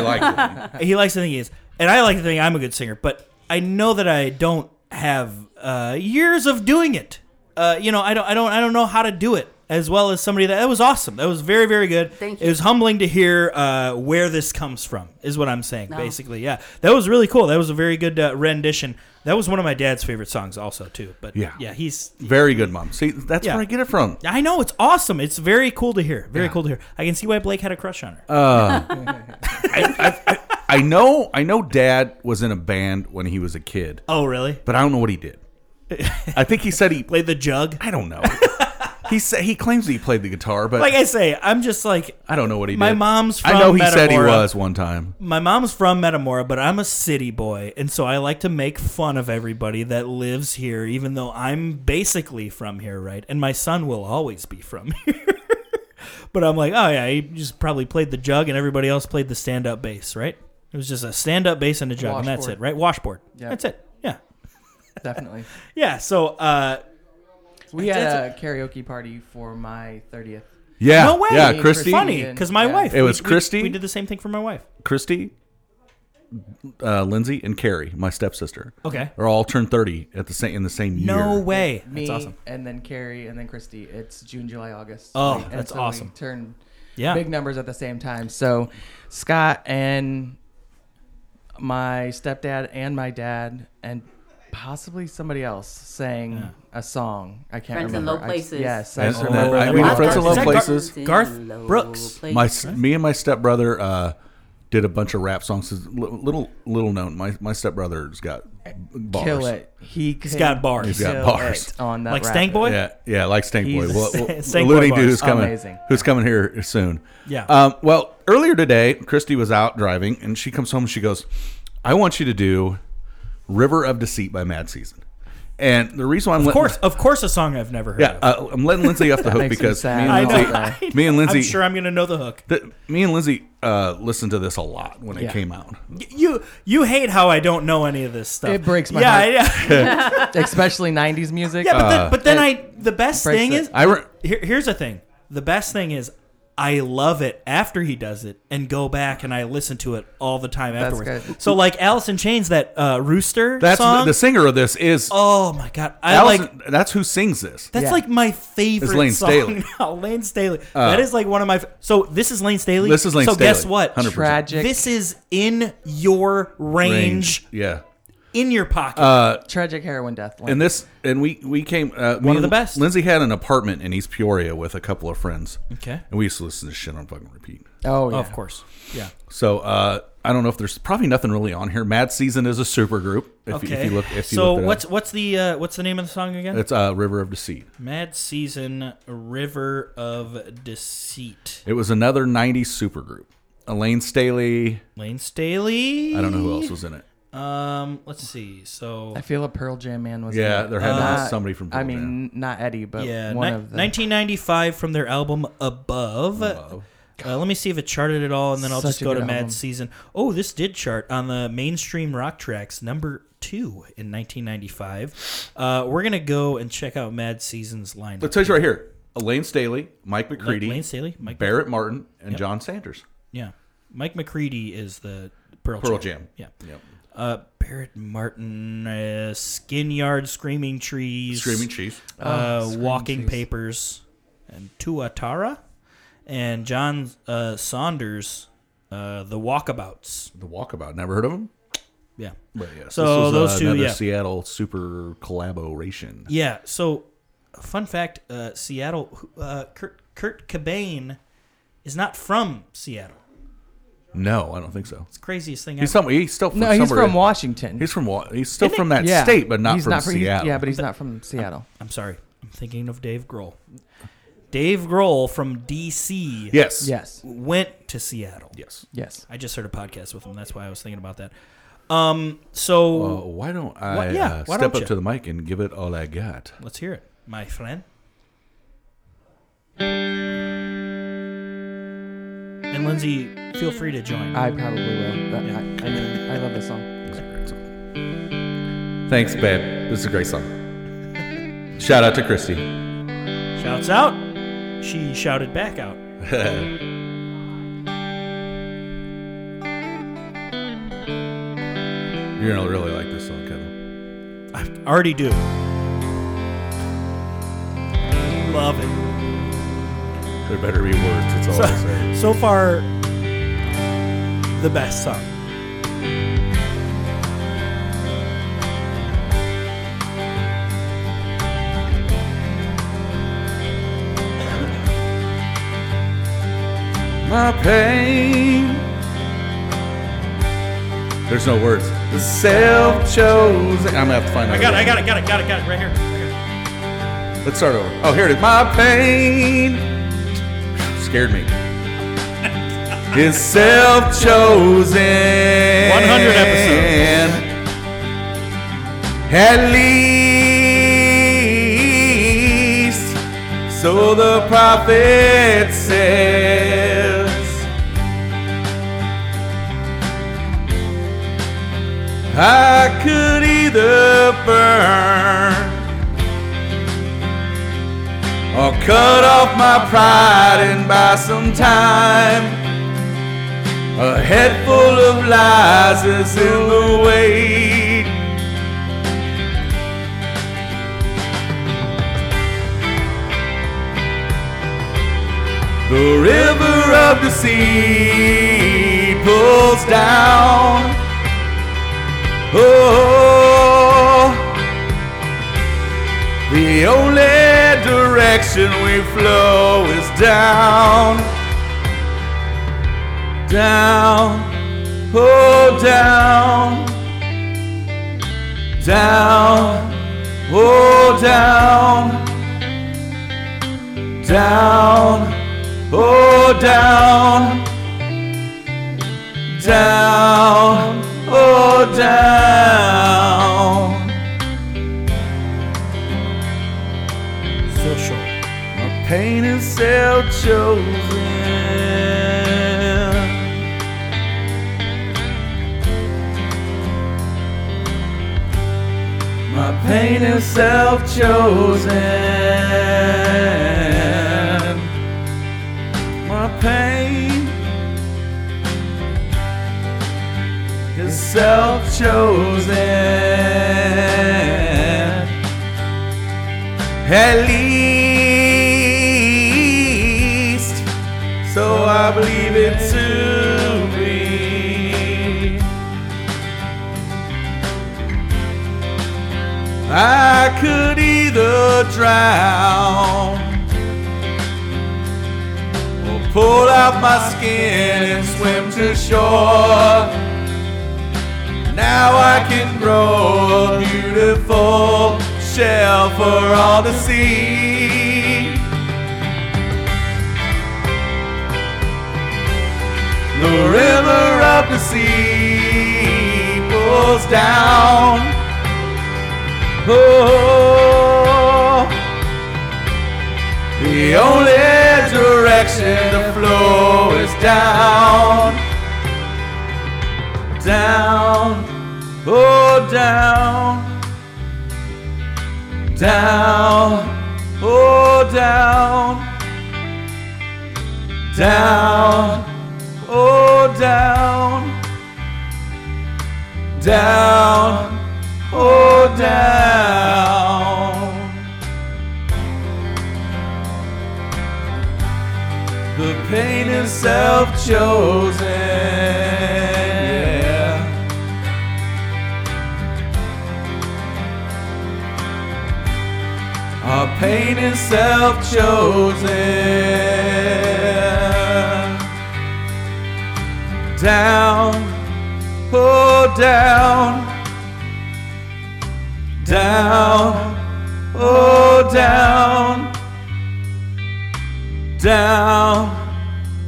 B: like it.
A: he likes to think he is, and I like to think I'm a good singer. But I know that I don't have uh, years of doing it. Uh, you know, I don't, I don't, I don't know how to do it as well as somebody that that was awesome. That was very, very good.
D: Thank
A: It
D: you.
A: was humbling to hear uh, where this comes from. Is what I'm saying basically. Yeah, that was really cool. That was a very good uh, rendition. That was one of my dad's favorite songs, also too. But
B: Yeah.
A: yeah, he's.
B: Very good, mom. See, that's
A: Yeah.
B: where I get it from.
A: I know it's awesome. It's very cool to hear. Very cool to hear. I can see why Blake had a crush on her.
B: I know. I know. Dad was in a band when he was a kid,
A: oh, really?
B: but I don't know what he did. I think he said he.
A: Played the jug.
B: I don't know. he said he claims that he played the guitar, but
A: Like I say, I'm just like
B: I don't know what he
A: my
B: did.
A: mom's
B: I know
A: from
B: he said he
A: Metamora.
B: was one time.
A: my mom's from Metamora, but I'm a city boy, and so I like to make fun of everybody that lives here, even though I'm basically from here, right? And my son will always be from here. but I'm like, oh yeah, he just probably played the jug, and everybody else played the stand-up bass, right? It was just a stand-up bass and a jug, and that's
C: Washboard.
A: it, right? Washboard.
C: Yeah.
A: That's it. Yeah.
C: Definitely.
A: Yeah. So, uh,
C: We had a
A: That's
C: karaoke party for my 30th.
B: Yeah.
A: no way.
B: Yeah, Christy.
A: Funny, because my
C: Yeah.
A: wife.
B: It was
A: we- we-
B: Christy?
A: We did the same thing for my wife.
B: Christy, uh, Lindsay, and Carrie, my stepsister,
A: Okay.
B: are all turned thirty at the same in the same year.
A: No way.
C: Me
A: That's awesome.
C: and then Carrie and then Christy. It's June, July, August.
A: Oh,
C: And
A: that's
C: so we
A: awesome.
C: Turned
A: Yeah.
C: big numbers at the same time. So Scott and my stepdad and my dad and possibly somebody else sang a song. I can't
D: Friends in
C: remember.
D: Low
C: I-
D: Places.
C: yes, I
B: And-
C: just
B: and
C: remember.
B: I-
C: that
B: we
C: one.
B: did Friends in
A: Low
B: Low
A: Garth-
B: Places.
A: Garth
D: In low
A: Brooks.
D: places.
B: My s- me and my stepbrother uh, did a bunch of rap songs. It's li- Little little known. My my stepbrother's got b- bars.
C: Kill it. He has
A: got bars. He's
B: got bars.
C: on that.
A: Like
C: rap.
A: Stank Boy.
B: Yeah, yeah, like Stank Boy.
C: He's-
B: Well, well,
A: Stank Boy
B: alluding to
A: bars.
B: who's coming,
C: Amazing.
B: who's coming here soon.
A: Yeah.
B: Um, well, earlier today, Christy was out driving, and she comes home. and She goes, "I want you to do River of Deceit by Mad Season." And the reason why I'm
A: Of
B: letting-
A: course, of course, a song I've never heard
B: yeah,
A: of.
B: uh, I'm letting Lindsay off the hook
C: makes me
B: because me
C: sad.
B: and
C: I
A: I
C: know,
B: Lindsay,
A: know.
B: me and Lindsay,
A: I'm sure I'm gonna know the hook.
B: th- me and Lindsay uh, listened to this a lot when it
C: Yeah.
B: came out.
A: You you hate how I don't know any of this stuff.
C: It breaks my
A: yeah, I- Yeah,
C: especially '90s music.
B: Uh,
A: yeah, but then, but then I the best
C: breaks
A: thing
C: it.
A: is
B: I re-
A: here, here's the thing. The best thing is I love it after he does it and go back and I listen to it all the time
C: That's
A: afterwards.
C: good.
A: So like Allison Chains that uh, Rooster
B: That's
A: song.
B: the, the singer of this is
A: oh my god. I like
B: Allison, that's who sings this.
A: that's
C: Yeah.
A: like my favorite
B: It's Lane
A: song
B: Staley. Uh,
A: now. Lane Staley. that is like one of my f- So this is Lane Staley.
B: This is Lane
A: So
B: Staley.
A: guess what?
B: 100%.
C: Tragic,
A: This is in your range,
B: Yeah.
A: in your pocket.
B: Uh,
C: tragic heroin death. Lane.
B: And this, and we we came uh, one
A: of the best.
B: Lindsay had an apartment in East Peoria with a couple of friends.
A: Okay.
B: and we used to listen to this shit on fucking repeat.
C: oh, yeah.
A: of course. Yeah.
B: So uh, I don't know if there's probably nothing really on here. Mad Season is a super group. If, you,
A: Okay.
B: if you look, if you
A: so
B: looked it
A: what's
B: up.
A: what's the uh, what's the name of the song again?
B: it's uh, River of Deceit.
A: Mad Season River of Deceit.
B: It was another '90s super group. Elaine Staley.
A: Lane Staley.
B: I don't know who else was in it.
A: Um, let's see. So
C: I feel a Pearl Jam man was. in
B: Yeah,
C: it.
B: there had to
C: Not-
B: be somebody from.
C: I
B: Pearl Jam.
C: mean, not Eddie, but
A: yeah,
C: one
A: ni-
C: of the
A: 1995 from their album Above.
B: Above.
A: Uh, let me see if it charted at all, and then I'll
C: Such
A: just
C: a
A: go
C: good
A: to Mad
C: album.
A: Season. Oh, this did chart on the mainstream rock tracks number two in 1995. Uh, we're gonna go and check out Mad Season's lineup.
B: it tells you right here: Elaine Staley, Mike
A: Like
B: McCready,
A: Lane Staley, Mike,
B: Barrett Martin, and John Sanders.
A: yeah, Mike McCready is the Pearl,
B: Pearl Jam.
A: Yeah,
B: Yep.
A: Uh, Barrett Martin, uh, Skin Yard, Screaming Trees,
B: Screaming Chief.
A: uh, Walking Papers, and Tuatara, and John uh, Saunders, uh, The Walkabouts.
B: The Walkabout. Never heard of him?
A: Yeah.
B: But yes,
A: So
B: this was,
A: those
B: uh,
A: two,
B: another
A: yeah.
B: Seattle super collaboration.
A: Yeah. So, fun fact: uh, Seattle. Uh, Kurt Kurt Cobain is not from Seattle.
B: No, I don't think so.
A: It's the craziest thing
B: He's
A: ever.
B: some. He's still from
C: No, he's
B: somewhere-
C: from Washington.
B: He's from Wa- he's still from that
C: yeah.
B: state, but not
C: he's
B: from
C: not he-
B: Seattle.
C: yeah, but he's not from Seattle.
A: I'm sorry. I'm thinking of Dave Grohl. Dave Grohl from D.C.
B: yes,
C: Yes.
A: went to Seattle.
B: yes.
C: Yes.
A: I just heard a podcast with him. That's why I was thinking about that. Um. So
B: Uh, why don't I
A: Why- yeah,
B: uh,
A: why
B: step
A: don't
B: up
A: you?
B: to the mic and give it all I got?
A: let's hear it, my friend. And Lindsay, feel free to join.
C: I probably will. But
A: Yeah.
C: I, I, I love this song.
B: It's a great song. Thanks, babe. This is a great song. Shout out to Christy.
A: Shouts out. She shouted back out.
B: You're gonna really like this song, Kevin.
A: I already do. Love it.
B: There better be words. That's all I say.
A: So, so far, the best song.
B: my pain. There's no words. The self chosen. I'm gonna have to find
A: I
B: out.
A: got it, I got it, got it, got it, got it, right here. Right here.
B: Let's start over. Oh, here it is. My pain scared me. Is self chosen.
A: 100 episodes.
B: At least, so the prophet says. I could either burn or cut off my pride and buy some time. A head full of lies is in the way. The river of the sea pulls down. Oh. The only direction we flow is down, down, oh, down, down, oh, down, down, oh, down, down, oh, down.
A: Social.
B: My pain is self chosen. My pain is self chosen. My is self-chosen. At least, so I believe it to be. I could either drown or pull out my skin and swim to shore. Now I can grow a beautiful shell for all to see. The river of the sea pulls down. Oh, the only direction the flow is down, down, oh, down, down, oh, down, down, oh, down, down oh down. The pain is self-chosen. Yeah. Our pain is self-chosen. Down, oh down down, oh down, down,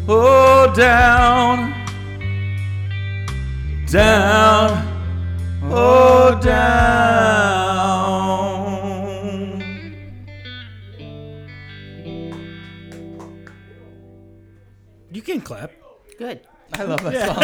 B: oh down, down, oh down.
A: You can clap.
D: Good.
C: I love that song.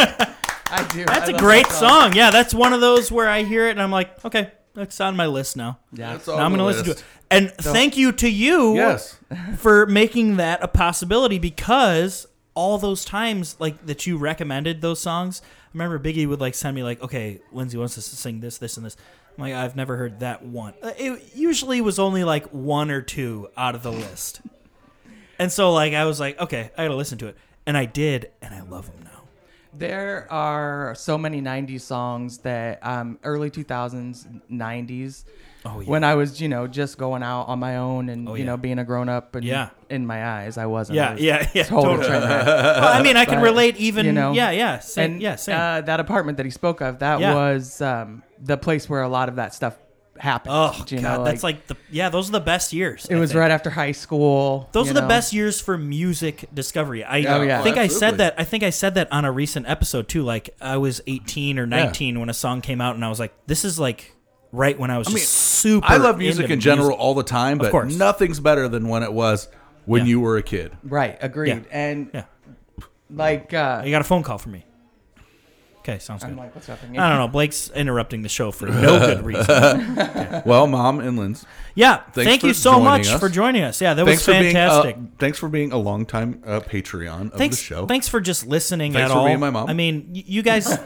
C: I do.
A: That's a great song. Yeah, that's one of those where I hear it and I'm like, okay, that's on my list now.
C: Yeah.
G: That's all
A: Now I'm
G: on
A: going
G: the
A: to listen to
G: list.
A: it. And thank you to you
G: Yes.
A: for making that a possibility because all those times like that you recommended those songs, I remember Biggie would like send me like, "Okay, Lindsay wants us to sing this, this, and this." I'm like, "I've never heard that one." Uh, It usually was only like one or two out of the list, and so like I was like, "Okay, I gotta listen to it," and I did, and I love them now.
C: There are so many 90s songs that um, early 2000s, 90s.
A: Oh, yeah. Oh,
C: When I was, you know, just going out on my own and, you
A: yeah.
C: know, being a grown up and
A: Yeah.
C: in my eyes, I wasn't. I
A: Yeah,
C: was
A: yeah, yeah,
C: Total
A: totally.
C: train
A: Well, I mean, I can
C: But,
A: relate even.
C: you know,
A: yeah, yeah, same,
C: and
A: yeah, same.
C: Uh, that apartment that he spoke of, that
A: Yeah.
C: was um, the place where a lot of that stuff happened.
A: oh
C: you
A: god,
C: know,
A: that's like the yeah. Those are the best years.
C: it was right after high school.
A: Those
C: you
A: are the
C: know.
A: best years for music discovery. I
G: Yeah,
C: Oh, yeah.
A: think I said
G: absolutely.
A: that. I think I said that on a recent episode too. Like I was 18 or 19 when a song came out, and I was like, "This is like right when I was just super."
G: I love music
A: into
G: in general all the time, but
A: course.
G: nothing's better than when it was when
A: Yeah.
G: you were a kid.
C: Right, agreed.
A: Yeah.
C: And
A: Yeah.
C: like, uh,
A: I got a phone call from me. Okay, sounds good.
C: I'm like, what's happening?
A: I don't know. Blake's interrupting the show for no good reason.
G: Well, Mom and Linz,
A: Yeah,
G: Thanks
A: thank you
G: for
A: so
G: joining
A: much
G: us.
A: for joining us. Yeah, that
G: thanks
A: was
G: for being
A: fantastic.
G: uh, thanks for being a longtime uh, Patreon of
A: thanks,
G: the show.
A: thanks for just listening
G: Thanks
A: at
G: for
A: all.
G: being my mom.
A: I mean, y- you guys, you,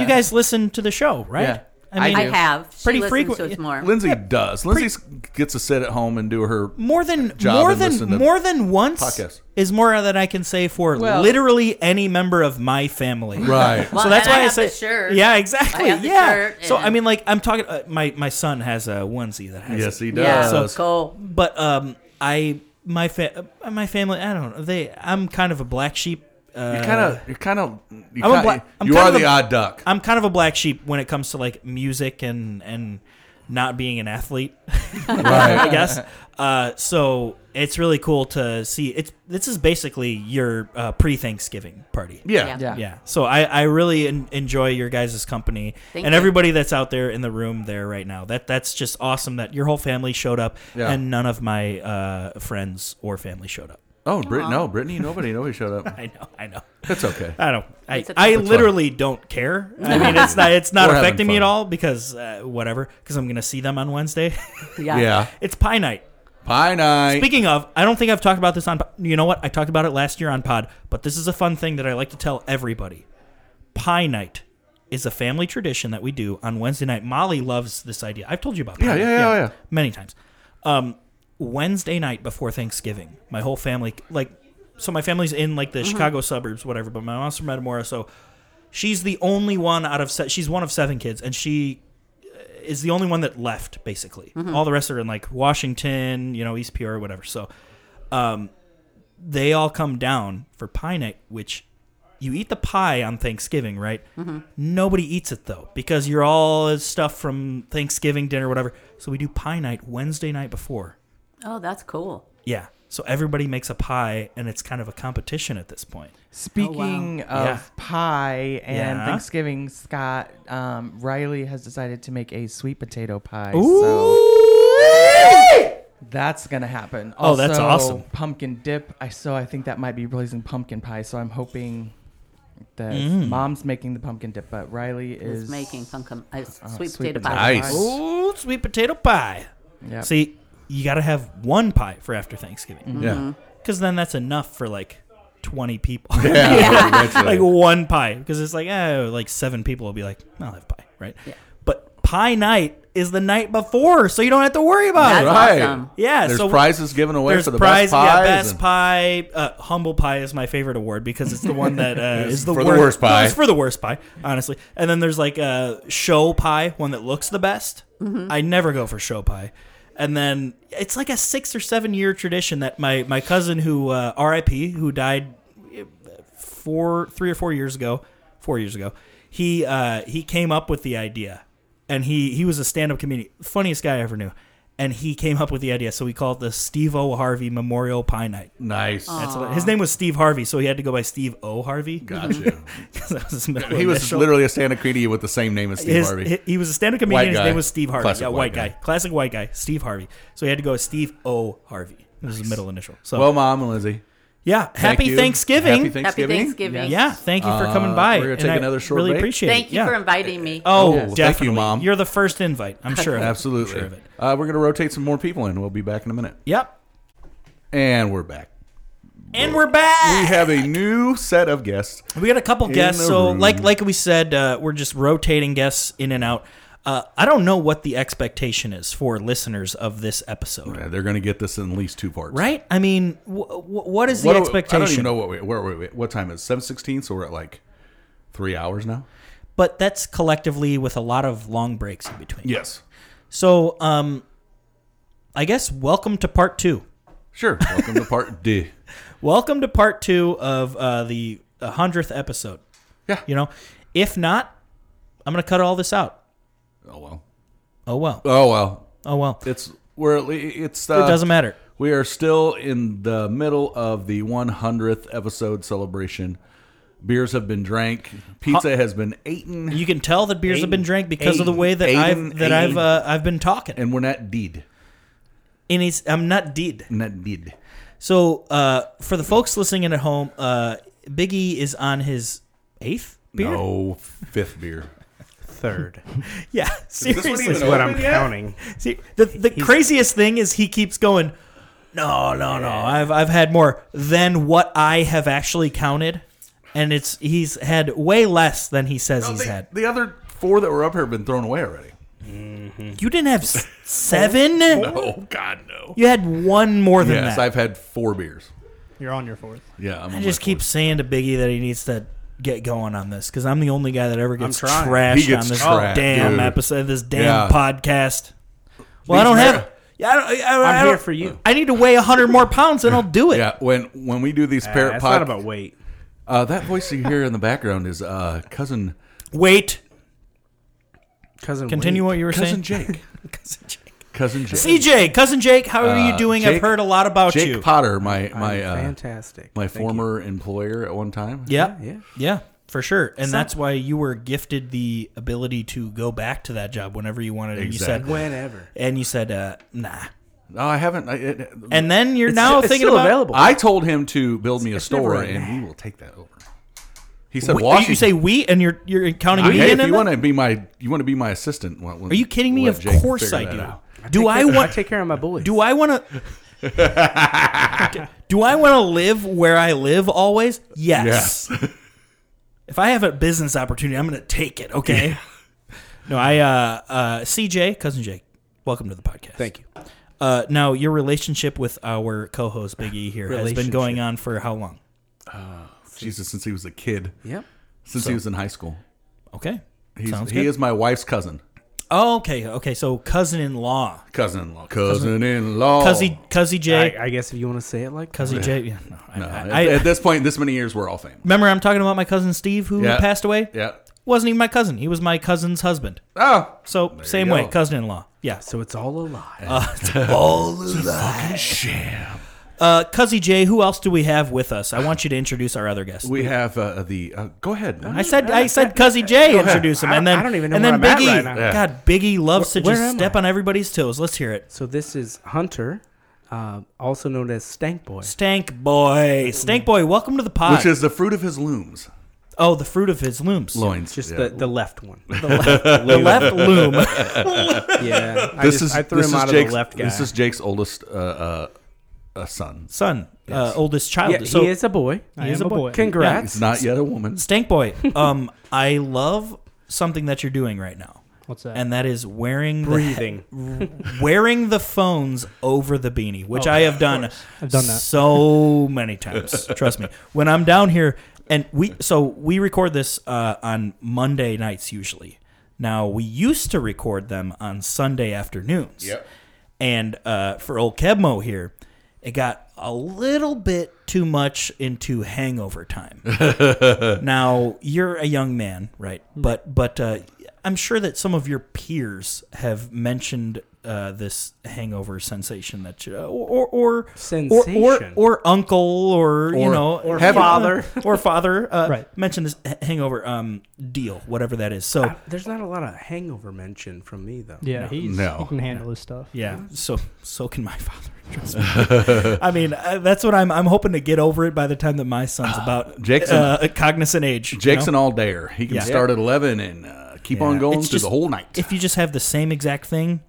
A: you guys listen to the show, right?
C: Yeah. I
A: I mean,
D: I
C: do.
D: have. She
A: Pretty
D: listens
A: frequent-
D: To us more.
G: Lindsay does. Lindsay gets to sit at home and do her.
A: more than
G: job
A: more
G: and listen to
A: than more than once
G: podcasts.
A: is more than I can say for
C: Well-
A: literally any member of my family.
G: Right.
D: Well,
A: so that's
D: and
A: why
D: I
A: I,
D: have
A: say,
D: the shirt.
A: yeah, exactly,
D: I have the
A: yeah.
D: shirt
A: so I
D: and-
A: mean, like, I'm talking. Uh, my my son has a onesie that has.
G: yes, he
A: it.
D: Yeah,
G: does.
D: so cool.
A: But um, I my fa- uh, my family. I don't know. They. I'm kind of a black sheep. Uh,
G: You're kind of. You're kind of. You,
A: I'm a
G: ki-
A: bla- I'm
G: you
A: kind
G: are
A: of
G: the
A: a-
G: odd duck.
A: I'm kind of a black sheep when it comes to like music and and not being an athlete. I guess. Uh, so it's really cool to see. It's this is basically your uh, pre-Thanksgiving party.
G: yeah.
C: Yeah.
A: Yeah. So I, I really en- enjoy your guys' company
D: Thank
A: and
D: you.
A: everybody that's out there in the room there right now. That that's just awesome that your whole family showed up
G: Yeah.
A: and none of my uh, friends or family showed up.
G: Oh, Brit- no, Brittany. Nobody. Nobody showed up.
A: I know. I know.
G: It's okay.
A: I don't. I,
D: It's okay.
A: I
D: That's
G: fine.
A: literally don't care. I mean, it's not. It's not
G: We're having
A: affecting me
G: fun.
A: at all because uh, whatever. Because I'm gonna see them on Wednesday.
D: Yeah.
G: Yeah.
A: it's Pie Night.
G: Pie night.
A: Speaking of, I don't think I've talked about this on. po- You know what? I talked about it last year on Pod, but this is a fun thing that I like to tell everybody. Pie Night is a family tradition that we do on Wednesday night. Molly loves this idea. I've told you about
B: Yeah,
A: Pilot,
B: yeah, yeah, yeah.
A: many times. Um, Wednesday night before Thanksgiving, my whole family like so my family's in like
B: Mm-hmm.
A: the Chicago suburbs, whatever. But my mom's from Metamora, so she's the only one out of se- she's one of seven kids, and she uh, is the only one that left basically.
B: Mm-hmm.
A: All the rest are in like Washington, you know, East Peoria, whatever. So, um, they all come down for pie night, which you eat the pie on Thanksgiving, right?
C: Mm-hmm.
A: Nobody eats it though because you're all stuff from Thanksgiving dinner, whatever. So we do pie night Wednesday night before.
D: Oh, that's cool.
A: Yeah. So everybody makes a pie, and it's kind of a competition at this point.
C: Speaking of
A: Yeah.
C: pie and
A: Yeah.
C: Thanksgiving, Scott um, Riley has decided to make a sweet potato pie. So that's gonna happen.
A: Oh, that's
C: Also,
A: awesome.
C: Pumpkin dip. I so I think that might be replacing pumpkin pie. So I'm hoping that
A: Mm.
C: mom's making the pumpkin dip, but Riley is,
D: Is making pumpkin uh, sweet,
C: sweet
D: potato,
C: potato
D: pie.
B: Nice.
A: Ooh, sweet potato pie.
C: Yep. Mm-hmm.
A: See, you got to have one pie for after Thanksgiving
B: Yeah.
A: because then that's enough for like 20 people.
B: Yeah.
A: like
B: eventually.
A: one pie because it's like, oh, like seven people will be like, I'll have pie, right? But pie night is the night before, so you don't have to worry about
D: That's
A: it.
B: Right.
D: awesome.
A: Yeah,
B: There's
A: so
B: prizes given away
A: there's
B: for the
A: prize,
B: best pies.
A: yeah, best
B: and-
A: pie. Uh, humble pie is my favorite award because it's the one that uh, is the
B: for the
A: worst,
B: worst pie.
A: no, it's for the worst pie, honestly. And then there's like a show pie, one that looks the best. I never go for show pie. And then it's like a six or seven year tradition that my my cousin who uh, R.I.P. who died eh, four, three or four years ago, four years ago, he uh, he came up with the idea, and he he was a stand up comedian, funniest guy I ever knew, and he came up with the idea. So we call it the Steve O Harvey Memorial Pie Night.
B: Nice.
A: That's what- his name was Steve Harvey, so he had to go by Steve O Harvey.
B: Gotcha.
A: 'Cause that was his middle
B: he was
A: initial.
B: literally a stand up comedian with the same name as Steve
A: His-
B: Harvey.
A: he- he was a stand-up comedian.
B: White
A: His
B: guy.
A: name was Steve Harvey.
B: Classic
A: yeah, white
B: white
A: guy.
B: guy.
A: classic white guy. Steve Harvey. So he had to go with Steve O Harvey. This is his middle initial. So
B: well, Mom and Lindsay.
A: yeah,
B: thank
A: happy
B: you.
A: Thanksgiving.
B: Happy
D: Happy
B: Thanksgiving.
D: Thanksgiving.
A: Yeah, thank you for coming
B: Uh,
A: by.
B: we're gonna
A: and
B: take
A: I
B: another short
A: really
B: break?
A: appreciate
D: Thank
A: it.
D: you
A: yeah.
D: for inviting me.
A: Oh,
B: Yes. Thank you,
A: definitely.
B: Mom.
A: You're the first invite. I'm sure. of it. I'm
B: Absolutely.
A: sure of it.
B: Uh, we're going to rotate some more people in. We'll be back in a minute.
A: Yep.
B: And we're back.
A: And we're back.
B: We have a new set of guests.
A: We got a couple
B: In
A: guests.
B: the
A: So,
B: room.
A: like like we said, uh, we're just rotating guests in and out. Uh, I don't know what the expectation is for listeners of this episode,
B: Yeah, they're going to get this in at least two parts.
A: right? I mean, wh- wh- what is the
B: What do-
A: expectation?
B: I don't even know what we, where we, what time is seven sixteen. So we're at like three hours now.
A: But that's collectively with a lot of long breaks in between.
B: Yes,
A: So, um, I guess welcome to part two.
B: sure. Welcome to part D.
A: Welcome to part two of uh, the hundredth episode.
B: Yeah.
A: You know, if not, I'm gonna cut all this out.
B: Oh well.
A: Oh well.
B: Oh well.
A: Oh well. It
B: It's we're at le- it's uh,
A: doesn't matter.
B: We are still in the middle of the 100th episode celebration. Beers have been drank. Pizza has been eaten,
A: You can tell that beers have been drank because of the way that
B: Aiden,
A: I've that I've
B: Aiden.
A: uh, I've been talking.
B: and we're not deed.
A: And it's I'm not deed.
B: Not deed.
A: So uh, for the folks listening in at home, uh, Biggie is on his eighth beer.
B: No fifth beer.
H: third.
A: Yeah, seriously.
H: is what I'm counting.
A: See, the the craziest thing is he keeps going. No, no, no. I've I've had more than what I have actually counted, and it's he's had way less than he says he's
B: the,
A: had.
B: the other four that were up here have been thrown away already.
A: You didn't have s- seven.
B: Oh God, no.
A: You had one more than
B: Yes,
A: that.
B: I've had four beers.
H: You're on your fourth.
B: Yeah, I'm
A: I just keep saying to Biggie that he needs to get going on this because I'm the only guy that ever gets
H: trying.
A: trashed
B: He gets
A: on this
B: trapped,
A: damn
B: dude.
A: episode, this damn
B: Yeah.
A: podcast. Well, I
B: These
A: don't
B: mar-
A: have. Yeah, I don't, I, I,
H: I'm
A: I
H: here
A: don't-
H: for you.
A: I need to weigh hundred more pounds, and I'll do it.
B: Yeah, when when we do these parrot
H: Uh, it's
B: pod,
H: not about weight.
B: uh, that voice you hear in the background is uh, cousin
A: Wait.
H: Cousin,
A: Continue
H: Wade.
A: what you were
B: cousin
A: saying.
B: Jake.
A: Cousin Jake.
B: Cousin Jake.
A: CJ, cousin Jake, how are you
B: Uh,
A: doing? I've
B: Jake-
A: heard a lot about
B: Jake
A: you.
B: Potter, my my
H: I'm
B: uh,
H: fantastic.
B: my
H: Thank you.
B: former employer at one time.
A: yeah, yeah,
H: Yeah.
A: for sure. And that's why you were gifted the ability to go back to that job whenever you wanted. And You
B: Exactly.
A: said,
H: Whenever.
A: and you said, uh, nah.
B: No, I haven't. I, it,
A: And then you're
H: It's
A: now
H: still- it's
A: thinking
H: still
A: about,
H: available.
B: I told him to build me a
H: never
B: store,
H: an
B: and we will take that over. He said,
A: We- oh,
B: "Washington."
A: You say we, and you're you're counting
B: I-
A: me
B: hey,
A: in.
B: if you
A: on
B: want
A: that?
B: to be my, you want to be my assistant. Well,
A: Are you kidding me? Of course I do. Do I
H: I
A: want?
H: take care of my boys.
A: Do I want to? Do I want to live where I live always? Yes.
B: Yes.
A: if I have a business opportunity, I'm going to take it. Okay. no, I uh, uh, CJ cousin Jake, welcome to the podcast.
I: Thank you.
A: Uh, now your relationship with our co-host Biggie here has been going on for how long?
B: Jesus, since he was a kid,
I: Yep.
B: since he was in high school,
A: Okay.
B: he's,
A: Sounds
B: he
A: good.
B: is my wife's cousin,
A: Oh, okay. Okay. So cousin-in-law,
B: cousin-in-law, cousin-in-law.
A: cousy,
I: Oh.
A: cousy J,
H: I, I guess if you want to say it like
A: cousy J. Yeah. No, I,
B: No,
A: I,
B: at,
A: I,
B: at this point, this many years, we're all famous.
A: remember I'm talking about my cousin Steve who
B: Yeah.
A: passed away.
B: Yeah.
A: Wasn't even my cousin. He was my cousin's husband.
B: Oh,
A: So same
B: you
A: way,
B: go. Oh.
A: cousin-in-law. Yeah.
H: so it's all a lie.
A: Uh, Cuzzy J, who else do we have with us? I want you to introduce our other guest.
B: we have uh, the. Uh, go ahead.
A: I said I said Cuzzy J introduce him, and then
H: I don't even know
A: and
H: where
A: then
H: I'm at
A: Biggie.
H: right now.
B: Yeah.
A: God, Biggie loves to
H: Wh- where
A: just
H: am
A: step
H: I?
A: on everybody's toes. Let's hear it.
H: So this is Hunter, uh, also known as Stank Boy.
A: Stank boy, Stank boy, welcome to the pod.
B: Which is the fruit of his looms,
A: oh, the fruit of his looms,
B: loins.
H: Just
B: yeah.
H: the, the left one.
A: the left loom.
H: yeah. I
B: This
H: just,
B: is
H: I threw
B: this
H: him
B: is
H: out
B: Jake's,
H: of the left guy.
B: This is Jake's oldest uh, uh, uh, son.
A: Son, uh, oldest child.
H: yeah,
A: so
H: he is a boy.
A: he is
H: a
A: a boy.
B: It's
H: Congrats.
B: not yet a woman.
A: Stank boy, um, I love something that you're doing right now,
J: What's that?
A: and that is wearing the
H: Breathing.
A: wearing the phones over the beanie,
J: Oh,
A: which I have done, I've
J: done that.
A: so many times. Trust me. When I'm down here, and we so we record this uh, on Monday nights usually. Now we used to record them on Sunday afternoons.
B: Yep.
A: And uh, for old Kebmo here, it got a little bit too much into hangover time. Now you're a young man, right? But but uh, I'm sure that some of your peers have mentioned uh, this hangover sensation that you, uh, or or or, or
H: Sensation.
A: or uncle or, you
B: Or-
A: know
B: or Have- father.
A: or father uh,
J: Right.
A: mentioned this h- hangover um, deal whatever that is. So
H: I- There's not a lot of hangover mention from me, though.
J: Yeah, he's,
B: No.
J: he can handle his stuff.
A: yeah, so so can my father. Trust me. I mean, uh, that's what I'm. I'm hoping to get over it by the time that my son's about
B: Jake's an-
A: uh, cognizant age. you
B: Jake's
A: know?
B: an all dayer. He can
A: Yeah.
B: start at eleven and uh, keep on
A: Yeah.
B: going
A: It's
B: through the
A: just-
B: whole night.
A: if you just have the same exact thing.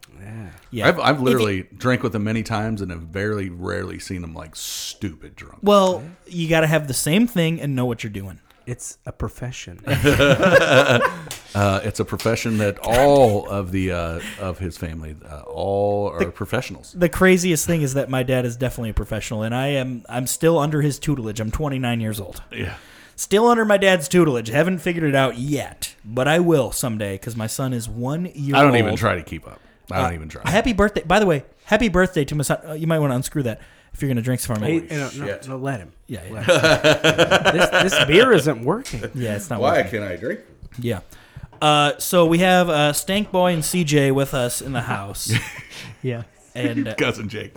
A: Yeah.
B: I've, I've literally drank with him many times and have barely, rarely seen him like stupid drunk.
A: Well, you got to have the same thing and know what you're doing.
H: It's a profession.
B: Uh, it's a profession that all of the uh, of his family, uh, all are professionals.
A: The craziest thing is that my dad is definitely a professional, and I am. I'm still under his tutelage. I'm 29 years old.
B: Yeah,
A: Still under my dad's tutelage. Haven't figured it out yet, but I will someday because my son is one year.
B: I don't
A: old.
B: even try to keep up. I
H: Uh,
B: don't even try.
A: Happy birthday! By the way, happy birthday to my son. Uh, you might want to unscrew that if you're going to drink some more.
H: Hey,
A: Yeah,
H: you know, no,
B: shit.
H: no, let him.
A: yeah,
H: This, this beer isn't working.
A: yeah. It's not. working.
B: can I drink?
A: Yeah. Uh, so we have uh, Stank Boy and CJ with us in the house,
J: Yeah.
A: and uh,
B: Cousin Jake.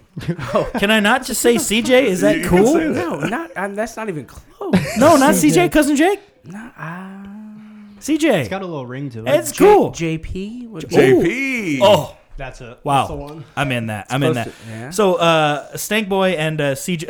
A: Can I not just say CJ? Is that
B: can
A: cool?
B: say that.
H: No, not. i that's not even close.
A: No, not CJ. Cousin Jake.
H: No, uh,
A: CJ. It's,
J: It's got a little ring to it.
A: cool.
H: JP. Would be-
B: JP.
A: oh
J: That's it.
A: wow!
J: That's the one.
A: I'm in that. I'm in that.
H: Supposed to- yeah.
A: So uh, Stank Boy and uh, CJ,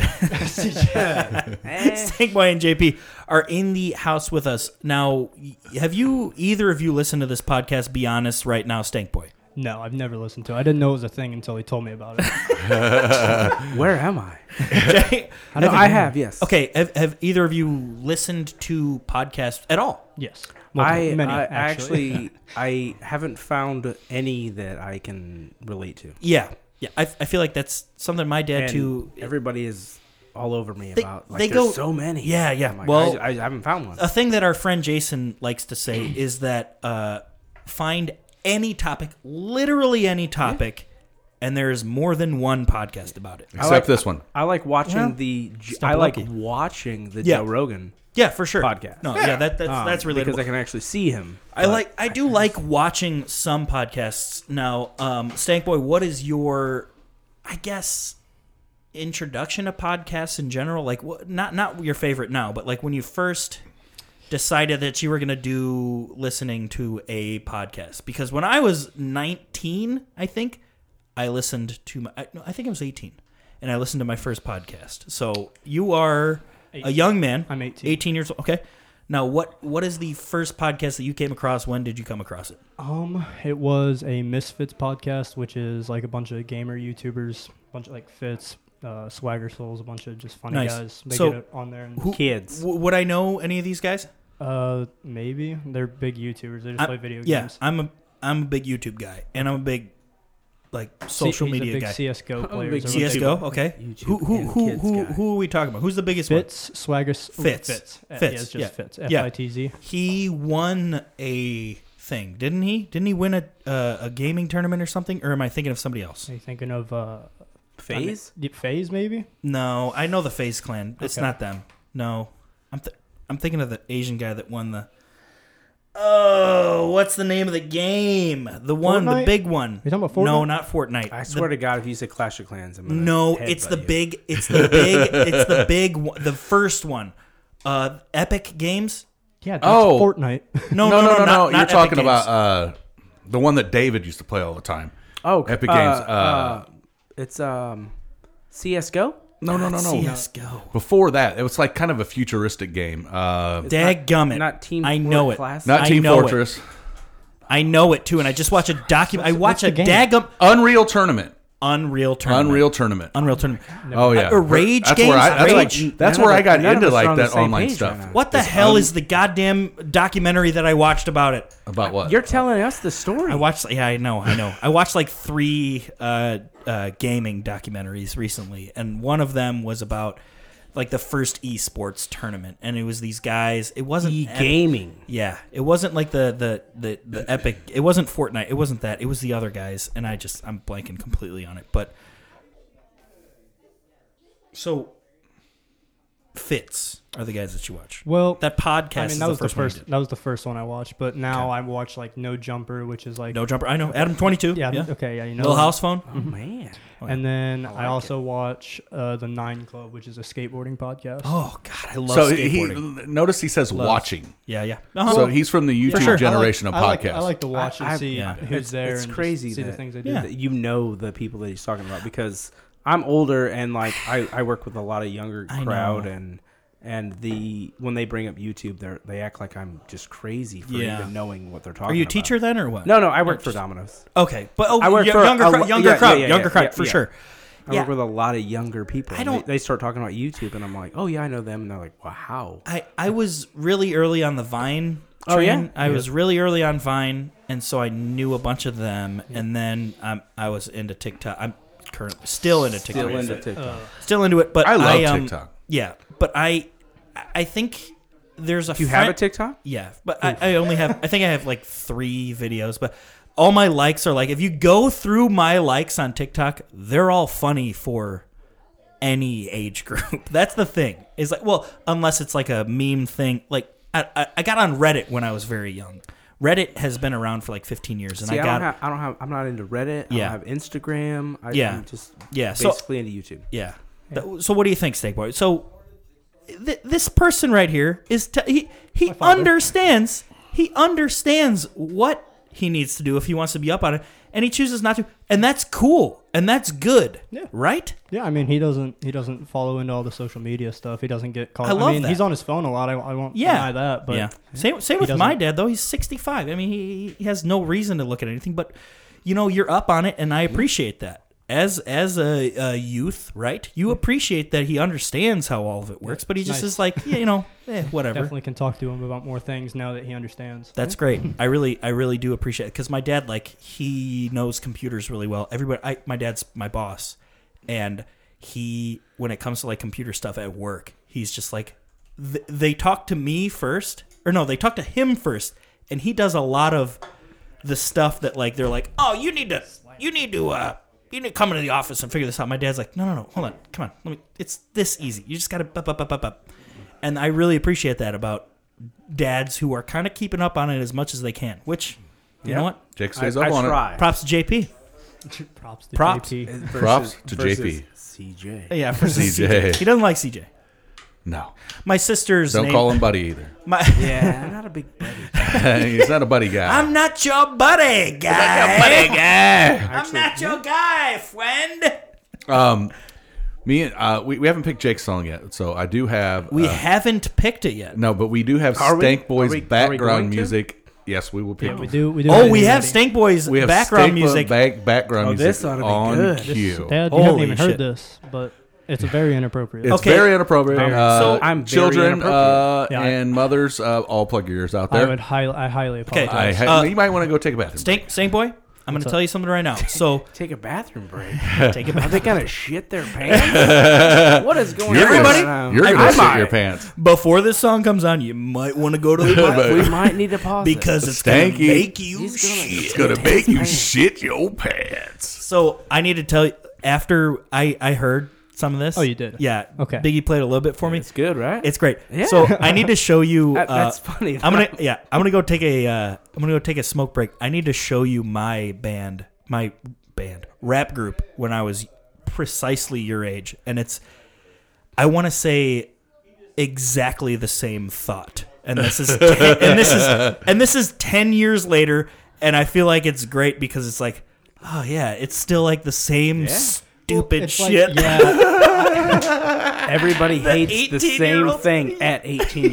A: Stank Boy and JP are in the house with us now. y- Have you either of you listened to this podcast? Be honest, right now, Stank Boy.
J: No, I've never listened to it. I didn't know it was a thing until he told me about it.
H: Where am I?
A: Okay.
H: No, I have yes.
A: okay. Have, have either of you listened to podcasts at all?
J: yes.
H: I,
J: Multiple- many,
H: I actually I haven't found any that I can relate to.
A: Yeah. Yeah. I, I feel like that's something my dad
H: And
A: too.
H: everybody is all over me about like
A: they
H: there's
A: go-
H: so many.
A: Yeah, yeah.
H: I'm like,
A: Well- uh,
H: I, I haven't found one.
A: a thing that our friend Jason likes to say is that uh, find any topic, literally any topic, and there is more than one podcast about it.
B: Except this one.
H: I like watching
A: Yeah.
H: the
A: Stop
H: I like
A: lucky.
H: watching the
A: Yeah.
H: Joe Rogan
A: Yeah, for sure.
H: podcast.
A: No, yeah, that, that's
H: um,
A: that's relatable.
H: because I can actually see him.
A: I like I do like watching some podcasts now. Um, Stank Boy, what is your, I guess, introduction to podcasts in general? Like, what not not your favorite now, but like when you first decided that you were going to do listening to a podcast. Because when I was nineteen, I think I listened to my. I, no, I think I was eighteen, and I listened to my first podcast. So you are a young man.
J: I'm 18.
A: 18 years old. Okay. Now, what what is the first podcast that you came across? When did you come across it?
J: Um, it was a Misfits podcast, which is like a bunch of gamer YouTubers, a bunch of like Fits, uh, Swagger Souls, a bunch of just funny
A: Nice.
J: guys. They
A: So,
J: get it on there. And
A: who-
H: kids.
A: W- would I know any of these guys?
J: Uh, maybe they're big YouTubers. They just
A: I-
J: play video
A: yeah,
J: games.
A: I'm a I'm a big YouTube guy, and I'm a big like
J: C-
A: social
J: he's
A: media
J: a big
A: guy.
J: CS:GO player.
H: big
J: is what they call
A: CS:GO,
J: it.
A: okay.
H: YouTube
A: who who
H: and
A: who
H: kids
A: who,
H: guy.
A: who are we talking about? Who's the biggest one?
J: Fitz Swagger
A: Fitz.
J: Fitz. Uh,
A: Fitz,
J: Yeah, it's just
A: yeah.
J: Fitz.
A: Yeah.
J: F I T Z.
A: He won a thing, didn't he? Didn't he win a uh, a gaming tournament or something? Or am I thinking of somebody else?
J: Are you thinking of uh,
H: Phase?
J: Deep Phase maybe?
A: No, I know the Face Clan. It's
J: Okay.
A: not them. No, I'm th- I'm thinking of the Asian guy that won the. Oh, what's the name of the game? The one, the
J: Fortnite?
A: big one.
J: You talking about
A: No,
J: Fortnite?
A: not Fortnite.
H: I
A: The
H: swear to God, if you say Clash of Clans, I'm gonna
A: No,
H: headbutt
A: it's the
H: you.
A: big. It's the big. it's the big. one- The first one. Uh, Epic Games.
J: Yeah, that's
B: Oh.
J: Fortnite.
A: No, no, no, no. not- not
B: You're
A: Epic
B: talking
A: Games.
B: about uh, the one that David used to play all the time.
H: Oh,
B: Epic
H: uh,
B: Games. Uh,
H: uh, it's um, CS:GO.
B: no, no, no, no.
A: CS:GO.
B: Before that, it was like kind of a futuristic game. Uh,
A: Dadgummit.
H: not Team
A: I know it.
H: Fortress.
B: not
A: I
B: Team
A: know it.
B: Fortress.
A: I know it too, and I just watch a document. I watch
J: what's
A: a
J: the game?
A: daggum
B: Unreal Tournament.
A: Unreal tournament.
B: Unreal Tournament.
A: Unreal tournament.
B: oh yeah.
A: Uh, Rage
B: that's
A: games?
B: Where I, that's
A: Rage?
B: Like, that's
H: None
B: where
H: of
B: I
H: us-
B: got
H: none of
B: into
H: us are
B: like
H: on the
B: that
H: same
B: online
H: page
B: stuff.
H: right now.
A: What the hell is the goddamn documentary that I watched about it?
B: About what?
H: You're telling us the story.
A: I watched. Yeah, I know. I know. I watched like three uh, uh, gaming documentaries recently, and one of them was about like the first esports tournament, and it was these guys. It wasn't
H: E
A: Epic-
H: gaming.
A: Yeah, it wasn't like the the the the epic. It wasn't Fortnite. It wasn't that. It was the other guys, and I just I'm blanking completely on it. But so Fitz are the guys that you watch.
J: Well,
A: That podcast.
J: I mean,
A: is
J: that was
A: the first. one you did.
J: that was the first one I watched. But now I watch like No Jumper, which is like
A: No jumper. I know Adam twenty two.
J: yeah, okay, yeah, you know,
A: Little
J: that.
A: house phone.
H: Oh man,
J: And then I, also watch uh, the Nine Club, which is a skateboarding podcast.
A: Oh God, I love
B: so he
A: skateboarding.
B: notice he says watching.
A: yeah, yeah. Uh-huh.
B: So he's from the YouTube
A: sure. I like-
B: generation
J: I
B: of
J: like,
B: podcasts.
J: I like to watch
H: I-
J: and see
A: yeah.
J: who's
H: it's,
J: there.
H: It's
J: and just
H: crazy
J: See
H: that,
J: the things they do.
A: Yeah.
H: that you know the people that he's talking about because I'm older and like I, I work with a lot of younger
A: I
H: crowd
A: know.
H: and and the when they bring up YouTube they are they act like I'm just crazy for
A: Yeah.
H: even knowing what they're talking.
A: are you a
H: about.
A: teacher then or what?
H: No, no, I work for Domino's.
A: Okay, but oh,
H: I work
A: y-
H: for
A: younger,
H: a
A: crowd,
H: lo-
A: younger
H: yeah, yeah,
A: crowd,
H: yeah,
A: younger
H: yeah,
A: crowd
H: yeah,
A: for
H: yeah.
A: sure.
H: I
A: Yeah.
H: work with a lot of younger people.
A: I
H: and
A: don't-
H: They, they start talking about YouTube, and I'm like, oh yeah, I know them, and they're like, wow.
A: I I was really early on the Vine.
H: Oh,
A: Train.
H: yeah?
A: I was really early on Vine, and so I knew a bunch of them. And then um, I was into TikTok. I'm currently still into TikTok.
H: Still into TikTok.
A: Still into it, but
B: I
A: I
B: love
A: um,
B: TikTok.
A: Yeah, but I I think there's a
H: you have a
A: friend-
H: TikTok?
A: Yeah, but I, I only have I think I have like three videos, but all my likes are like if you go through my likes on TikTok, they're all funny for any age group. That's the thing. Is like well, unless it's like a meme thing. Like I, I, I got on Reddit when I was very young. Reddit has been around for like 15 years, and
H: See,
A: I
H: I,
A: got
H: don't have, I don't have, I'm not into Reddit.
A: Yeah.
H: I don't have Instagram. I,
A: Yeah.
H: I'm just
A: Yeah, so-
H: basically into YouTube.
A: Yeah. Th- So what do you think, Snakeboy? So th- this person right here is t- he he understands he understands what he needs to do if he wants to be up on it, and he chooses not to, and that's cool and that's good.
J: Yeah.
A: Right.
J: Yeah, I mean, he doesn't he doesn't follow into all the social media stuff. He doesn't get caught.
A: I love
J: mean,
A: that.
J: he's on his phone a lot. I, I won't
A: Yeah.
J: deny that. But
A: yeah. Same same
J: He
A: with my
J: doesn't-
A: dad though. He's sixty five. I mean, he, he has no reason to look at anything, but you know, you're up on it, and I appreciate that. As as a, a youth, right? You appreciate that he understands how all of it works, but he just
J: Nice.
A: is like, yeah, you know, eh, whatever.
J: definitely can talk to him about more things now that he understands.
A: That's great. I really, I really do appreciate it because my dad, like, he knows computers really well. Everybody, I, my dad's my boss, and he, when it comes to like computer stuff at work, he's just like, th- they talk to me first, or no, they talk to him first, and he does a lot of the stuff that like they're like, oh, you need to, you need to, uh, you need to come into the office and figure this out. My dad's like, no, no, no, hold on, come on, let me. It's this easy. You just gotta, up, up, up, up, up. And I really appreciate that about dads who are kind of keeping up on it as much as they can. Which, you know what?
B: Jake
H: I, I
B: stays up on
H: try.
A: Props to JP.
J: props to
A: Props.
J: JP.
H: Versus-
B: Props to JP.
H: CJ.
A: Yeah, for
B: CJ.
A: CJ. He doesn't like CJ.
B: it. No,
A: My sister's
B: don't
A: name.
B: call him buddy either.
A: My,
H: Yeah, I'm not a big buddy.
B: He's not a buddy guy.
A: I'm not your buddy, guy. I'm not your guy, friend.
B: Um, me and uh, we, we haven't picked Jake's song yet, so I do have.
A: We
B: uh,
A: haven't picked it yet.
B: no, but we do have
H: Are we-
B: Stank
H: are
B: Boy's
H: we- are we
B: background
H: going to?
B: music. Yes, we will pick.
J: Yeah, we do. We do.
A: Oh,
J: have
A: we
J: it
A: have
J: already.
A: Stank Boy's
B: We have
A: background
B: Stank Boy
A: music.
B: back, background
H: Oh,
B: music
H: this ought to be
B: on
H: good.
J: This-
B: cue.
J: Dad, you haven't
A: Holy
J: even
A: shit.
J: heard this, but It's very inappropriate.
B: It's
A: Okay.
B: very inappropriate.
H: Very.
B: Uh,
A: So-
H: I'm very
B: children Uh,
J: Yeah, I-
B: and mothers, uh, all plug your ears out
J: I
B: there.
J: would high, I highly
A: Okay.
J: apologize.
B: I ha-
A: Uh,
B: you might want to go take a bathroom.
A: Stank, Stank Boy, I'm going to
J: up?
A: tell you something right now. So
H: Take a bathroom break.
A: take it
H: Are
A: back.
H: they gonna shit their pants? what is going
B: You're
H: on?
B: gonna-
H: right now?
B: you're
H: I
B: gonna shit
H: might.
B: your pants.
A: Before this song comes on, you might want to go to the bathroom
H: We might need to pause it.
A: because it's going to
B: Stanky.
A: make you shit.
B: It's gonna make you shit your pants.
A: So I need to tell you after I I heard some of this.
J: Oh, you did?
A: Yeah.
J: Okay.
A: Biggie played a little bit for me.
H: it's good, right?
A: It's great. So I need to show you.
H: That-
A: uh,
H: that's funny.
A: I'm gonna yeah. I'm gonna go take a. Uh, I'm gonna go take a smoke break. I need to show you my band, my band rap group when I was precisely your age, and it's. I want to say exactly the same thought, and this is ten, and this is and this is ten years later, and I feel like it's great because it's like, oh yeah, it's still like the same stupid
J: It's like-
A: shit.
J: yeah,
H: Everybody hates the
A: 18-year-old
H: same thing at 18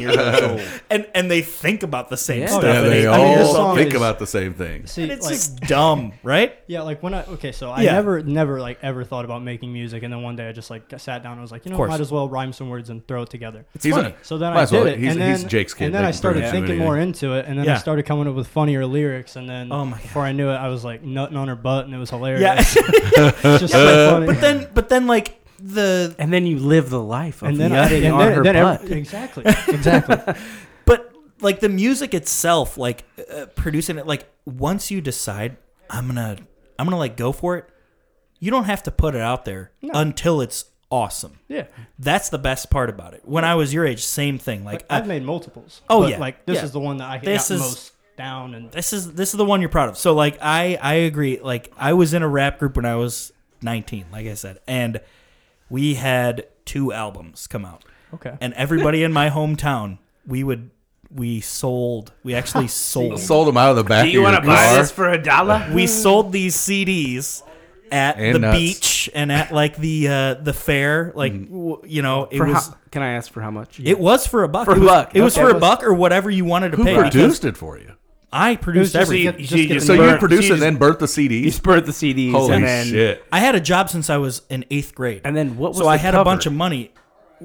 H: years old.
A: and and they think about the same
H: Yeah.
A: stuff.
B: Yeah,
A: and
B: they
A: it-
J: I mean, this
B: all
J: song
B: think
J: is-
B: about the same thing.
J: see,
A: and it's
J: like,
A: just dumb, right?
J: yeah, like when I okay, so I
A: Yeah.
J: never, never like ever thought about making music, and then one day I just like sat down and was like, you know,
A: course.
J: might as well rhyme some words and throw it together.
B: He's
A: funny.
B: a-
J: So then
B: might
J: I
B: as
J: did
B: well.
J: it,
B: He's,
J: and then
B: he's Jake's kid.
J: and then
B: They
J: I
B: can
J: started
B: pretty much do
J: thinking
B: anything.
J: more into it, and then
A: Yeah.
J: I started coming up with funnier lyrics, and then
A: Oh my God.
J: before I knew it, I was like nutting on her butt, and it was hilarious.
A: Yeah.
J: it's just so funny.
A: but then but then like the
H: And then you live the life of
J: and then, I,
H: nutting
J: and
H: on
J: then,
H: her
J: then
H: butt.
J: ev- exactly, exactly.
A: but like the music itself like uh, producing it like once you decide i'm gonna i'm gonna like go for it you don't have to put it out there until it's awesome
J: yeah,
A: that's the best part about it when i was your age same thing like I,
J: I've made multiples.
A: Oh,
J: but,
A: yeah,
J: like this
A: yeah.
J: is the one that I
A: This
J: got
A: is-
J: most down, and
A: this is this is the one you're proud of so like i i agree like i was in a rap group when i was 19 like i said and we had two albums come out
J: okay,
A: and everybody in my hometown we would we sold we actually sold
B: Sold him out of the back.
H: Do you
B: want to
H: want to buy this for a dollar?
A: we sold these CDs at
B: And
A: the
B: nuts.
A: beach and at like the uh, the fair. Like
B: Mm-hmm.
A: w- you know, it
H: For
A: was
H: how, can I ask for how much?
A: it was for a buck.
H: For a
A: it was,
H: buck.
A: It was
H: Okay.
A: for a buck or whatever you wanted to
B: Who
A: pay. because
B: produced it for you?
A: I produced
J: just
A: everything.
J: a- just get
B: So you
H: burnt-
B: produced
H: she
B: it and
H: just-
B: then burnt the
H: You
B: CDs.
H: spurred the CDs
B: Holy
H: and then
B: shit!
A: I had a job since I was in eighth grade.
H: and then what was
A: so
H: the
A: I had a
H: cover?
A: bunch of money.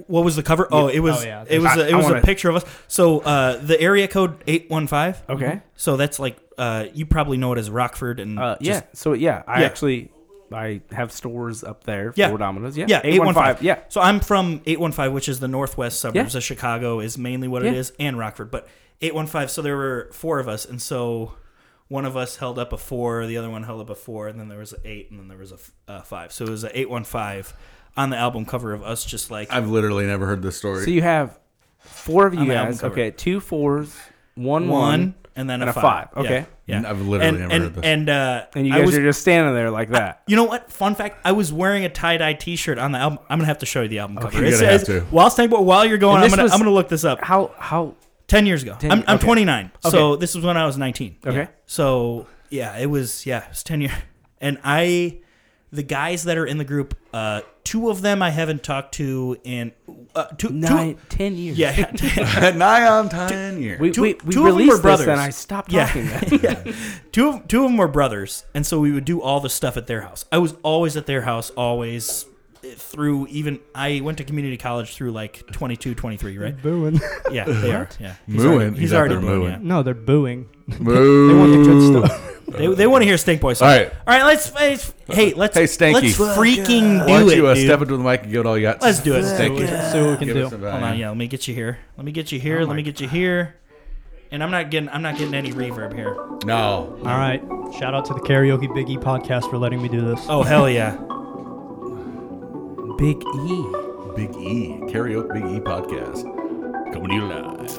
A: What was the cover? Oh, it was
J: Oh, yeah.
A: it was
H: I-
A: a, it
H: I
A: was a
H: wanna-
A: picture of us. So uh, the area code eight one five.
H: Okay.
A: So that's like uh, you probably know it as Rockford and
H: Uh, yeah.
A: just-
H: so yeah, I
A: Yeah.
H: actually I have stores up there for
A: Yeah.
H: Domino's. Yeah.
A: Yeah, eight one five.
H: Yeah.
A: So I'm from eight one five, which is the northwest suburbs
H: Yeah.
A: of Chicago, is mainly what it
H: Yeah.
A: is, and Rockford. But eight one five. So there were four of us, and so one of us held up a four, the other one held up a four, and then there was an eight, and then there was a f- a five. So it was an eight one five on the album cover of us, just like
B: I've literally never heard this story.
H: So you have four of you
A: On the album
H: guys.
A: cover.
H: Okay, two fours, one
A: one,
H: one,
A: and then
H: and
A: a,
H: a
A: five.
H: five. Okay.
A: Yeah, yeah.
B: I've literally
A: and,
B: never
A: and,
B: heard this.
A: And uh,
H: and you
A: I
H: guys
A: was-
H: are just standing there like that.
A: You know what? Fun fact: I was wearing a tie dye T-shirt on the album. I'm gonna have to show you the album cover.
B: you're
A: It's-
B: gonna have
A: it's-
B: to.
A: While Stank Boy- while you're going,
H: And
A: I'm
H: this
A: gonna
H: was-
A: I'm gonna look this up.
H: How how
A: 10 years ago.
H: Ten-
A: I'm, I'm
H: okay.
A: 29. So this was when I was 19.
H: Okay.
A: Yeah. So yeah, it was yeah, it was 10 years. And I the guys that are in the group uh two of them I haven't talked to in uh, two, two-
H: nine ten years?
A: yeah, yeah.
B: Nigh on ten years.
H: We,
A: Two-
H: we,
A: two
H: we
A: of them were
H: released
A: brothers.
H: this and I stopped
A: Yeah.
H: talking. then.
A: two of, two of them were brothers, and so we would do all the stuff at their house. I was always at their house, always eh, through even I went to community college through like 22, 23, right?
J: booing.
A: Yeah, they are. Yeah, he's
B: Mooing.
A: already, he's
B: He's out
A: already
B: there
A: mooing,
B: mooing.
A: yeah.
J: no, they're booing. They want the
B: Boo.
J: good stuff.
A: They, they want to hear Stink Boy. Song.
B: All right.
A: all right. Let's, let's hey, let's
B: Hey, Stanky.
A: let's freaking do
B: Why don't
A: it,
B: you uh,
A: dude.
B: step into the mic and give it all you got?
A: Let's do it. Let's
B: Thank
A: do
B: you.
A: it.
J: Let's see what we
B: Give
J: can
B: us
J: do.
B: a
A: Hold on,
B: value.
A: yeah. Let me get you here. Let me get you here. let me get you here. And I'm not getting I'm not getting any reverb here.
B: No.
J: All right, shout out to the Karaoke Biggie podcast for letting me do this.
A: Oh hell yeah.
H: Big E.
B: Big E. Karaoke Big E podcast. Coming to you live.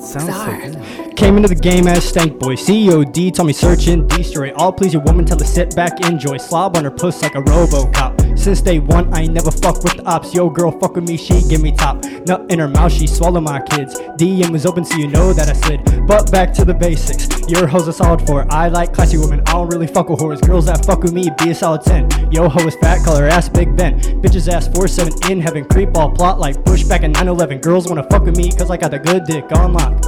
H: Sounds so good.
J: Came into the game as stank boy. COD told me search and destroy. All please your woman, tell her sit back, enjoy. Slob on her puss like a Robocop. Since day one, I ain't never fuck with the ops. Yo, girl, fuck with me, she give me top. Nut in her mouth, she swallow my kids. DM was open, so you know that I slid. But back to the basics. Your hoes a solid four. I like classy women. I don't really fuck with whores. Girls that fuck with me, be a solid ten. Yo ho is fat, call her ass Big Ben. Bitches ass four seven in heaven. Creep all plot like pushback back in 911. Girls wanna fuck with me, cause I got the good dick unlocked.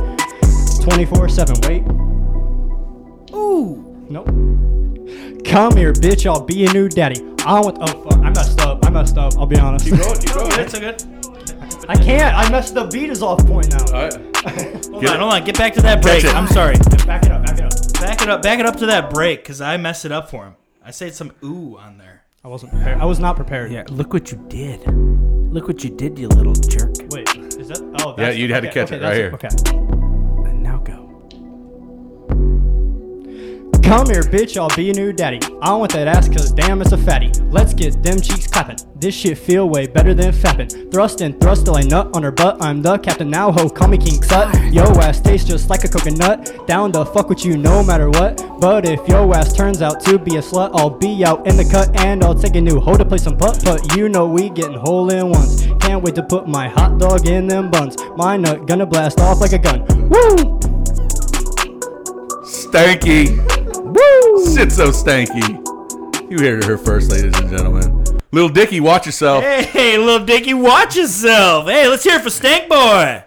J: 24 7. Wait. Ooh. Nope. Come here, bitch. I'll be a new daddy. I want. Oh, fuck. I messed up. I messed up. I'll be honest.
F: Keep going, keep going.
A: That's so good.
J: I can't. I messed the beat is off point now.
F: All right.
A: Hold on, hold on. Get back to that break.
F: it.
A: I'm sorry.
J: Back it up. Back it up.
A: Back it up. Back it up to that break because I messed it up for him. I said some ooh on there.
J: I wasn't prepared. I was not prepared.
I: Yeah, look what you did. Look what you did, you little jerk.
J: Wait, is that? Oh, that's,
B: Yeah, you had to catch it right here.
J: that's Okay.
I: And now go.
J: Come here, bitch, I'll be your new daddy. I want that ass, cause damn, it's a fatty. Let's get them cheeks clapping. This shit feel way better than fapping. Thrust and thrust till I nut on her butt. I'm the captain now, ho, call me King Sut. Yo ass tastes just like a coconut. Down to fuck with you no matter what. But if yo ass turns out to be a slut, I'll be out in the cut and I'll take a new hoe to play some putt putt. You know we getting hole in ones. Can't wait to put my hot dog in them buns. My nut gonna blast off like a gun. Woo!
B: Stanky. Woo! Shit so stanky. You heard it here first, ladies and gentlemen. Little Dicky, watch yourself.
A: Hey, little Dicky, watch yourself. Hey, let's hear it for Stank Boy.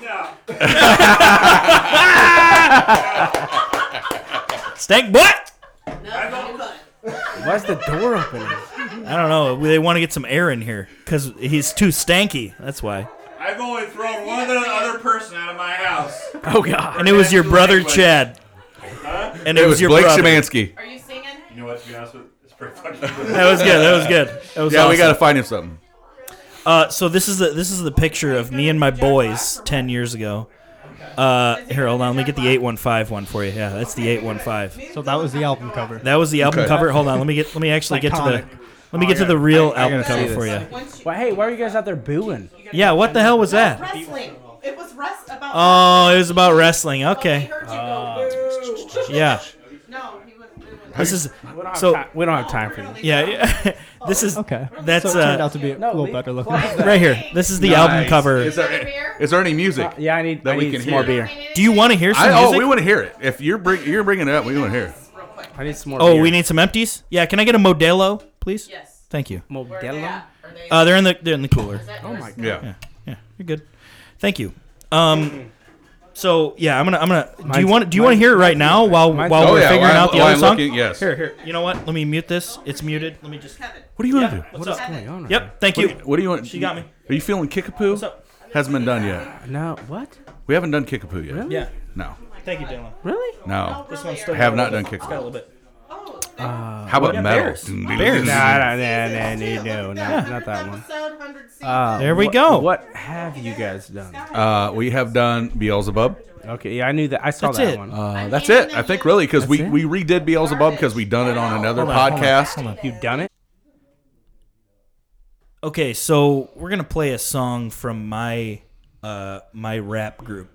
A: No. Stank Boy.
H: Why's the door open?
A: I don't know. They want to get some air in here because he's too stanky. That's why.
E: I've only thrown one other person out of my house.
I: Oh god.
A: And it was your brother Chad. And it,
B: it
A: was,
B: was
A: your
B: Blake
A: brother.
B: Szymanski.
K: Are you singing?
E: You know what? To be honest with you, it's pretty fucking good.
A: That was good. That was good. That was
B: Yeah, we
A: awesome.
B: gotta find him something.
A: Uh, so this is the this is the picture of me and my boys ten years ago. Uh, here, hold on. Let me get the eight one five one for you. Yeah, that's the eight one five.
J: So that was the album cover.
A: That was the album
B: Okay.
A: cover. Hold on. Let me get. Let me actually get to the.
J: Iconic.
A: Let me get to the real album cover for you.
K: Once you,
H: Well, hey, why are you guys out there booing?
A: Yeah. What the hell was that?
K: wrestling. It was rest about.
A: Oh, it was about wrestling.
K: They
A: Okay.
K: heard you go. "Boo."
A: Yeah.
K: Uh, No, he was. it was-
A: This is
H: We don't have,
A: So-
H: ti- we don't have time for you.
A: yeah. yeah. this is
J: Okay.
A: That's,
J: so it turned
A: uh,
J: out to be a
H: No,
J: little
H: leave-
J: better looking.
H: close that.
A: right here. This is the album
B: Nice.
A: cover.
B: Is there, is there any music?
H: Uh, yeah, I need,
B: That
H: I
B: we
H: need
B: can
H: some more
B: hear.
H: beer.
A: Do you want to hear some
B: I, oh,
A: music?
B: we want to hear it. If you're bring, you're bringing it up, we want to hear. it.
H: I need some more
A: oh,
H: beer.
A: we need some empties. Yeah. Can I get a Modelo, please?
K: Yes.
A: Thank you.
K: Where they
H: Modelo.
K: at? Are they?
A: Uh, they're in the they're in the cooler.
K: oh my god.
B: Yeah.
A: Yeah, you're good. Thank you. Um, so yeah, I'm gonna I'm gonna. do you
H: Mine's-
A: want Do you want to
H: mine's-
A: hear it right now while
H: mine's-
A: while
B: Oh
A: we're
B: yeah,
A: figuring
B: while
A: out the
B: I'm- while
A: other
B: I'm
A: song?
B: looking- yes.
A: Here, here. You know what? Let me mute this. It's muted. Let me just.
K: Kevin.
B: What do you want to do?
A: What's up?
K: Kevin.
A: Yep. Thank you.
B: What do you want?
A: She got me.
B: Are you feeling kickapoo?
A: What's up?
B: Hasn't been done yet.
H: No, what?
B: We haven't done kickapoo yet.
A: Yeah.
B: No.
A: Thank you, Dylan.
H: Really?
B: No.
A: This one's still
B: Have not done
A: Got a little
B: kickapoo.
A: bit.
K: Oh,
B: How about
A: Yeah,
B: metal?
A: Uh, bears.
B: Dun- dun-
A: Bears.
B: dun-
H: Nah,
B: dun-
H: nah, nah, nah, no, no, not that one. Uh,
K: Episode 100 season.
A: There we
H: What-
A: go.
H: What have you guys done?
B: Uh, we have done Beelzebub.
H: Okay, yeah, I knew that. I saw
A: That's
H: that
A: it.
H: one.
B: Uh, that's it. I think really because we,
H: That's it?
B: we redid Beelzebub because we done it on another podcast.
H: you done it?
A: Okay, so we're gonna play a song from my uh my rap group.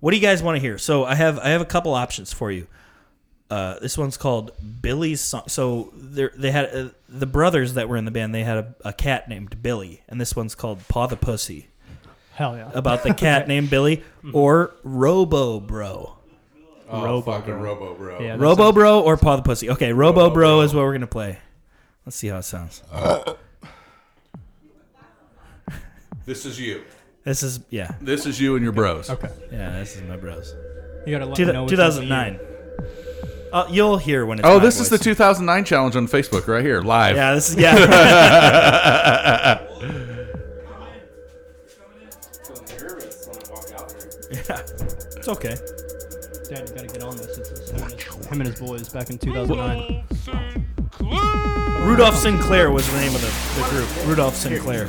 A: What do you guys want to hear? So I have I have a couple options for you. Uh, this one's called Billy's song. So there- they had uh, the brothers that were in the band. They had a, a cat named Billy, and this one's called Paw the Pussy
J: Hell yeah. Mm-hmm.
A: about the cat named Billy or Robo Bro.
J: Robo
B: Oh, fucking Robo, bro.
J: Yeah, that
A: Robo Bro or Paw the Pussy. Okay, Robo Bro is what we're gonna play. Let's see how it sounds.
B: This is you.
A: This is yeah
B: This is you and your bros. Okay.
A: yeah this is my bros.
J: sounds- You gotta let
A: Two-
J: me know which one's
A: 2009. Uh, you'll hear when it's.
B: Oh,
A: my
B: this is the
A: voice.
B: 2009 challenge on Facebook right here, live.
A: Yeah, this is yeah. yeah. It's okay.
J: you. Dad, you gotta get on this. It's, it's him, and his, him and his boys back in 2009.
A: Rudolph Sinclair was the name of the, the group. Rudolph Sinclair.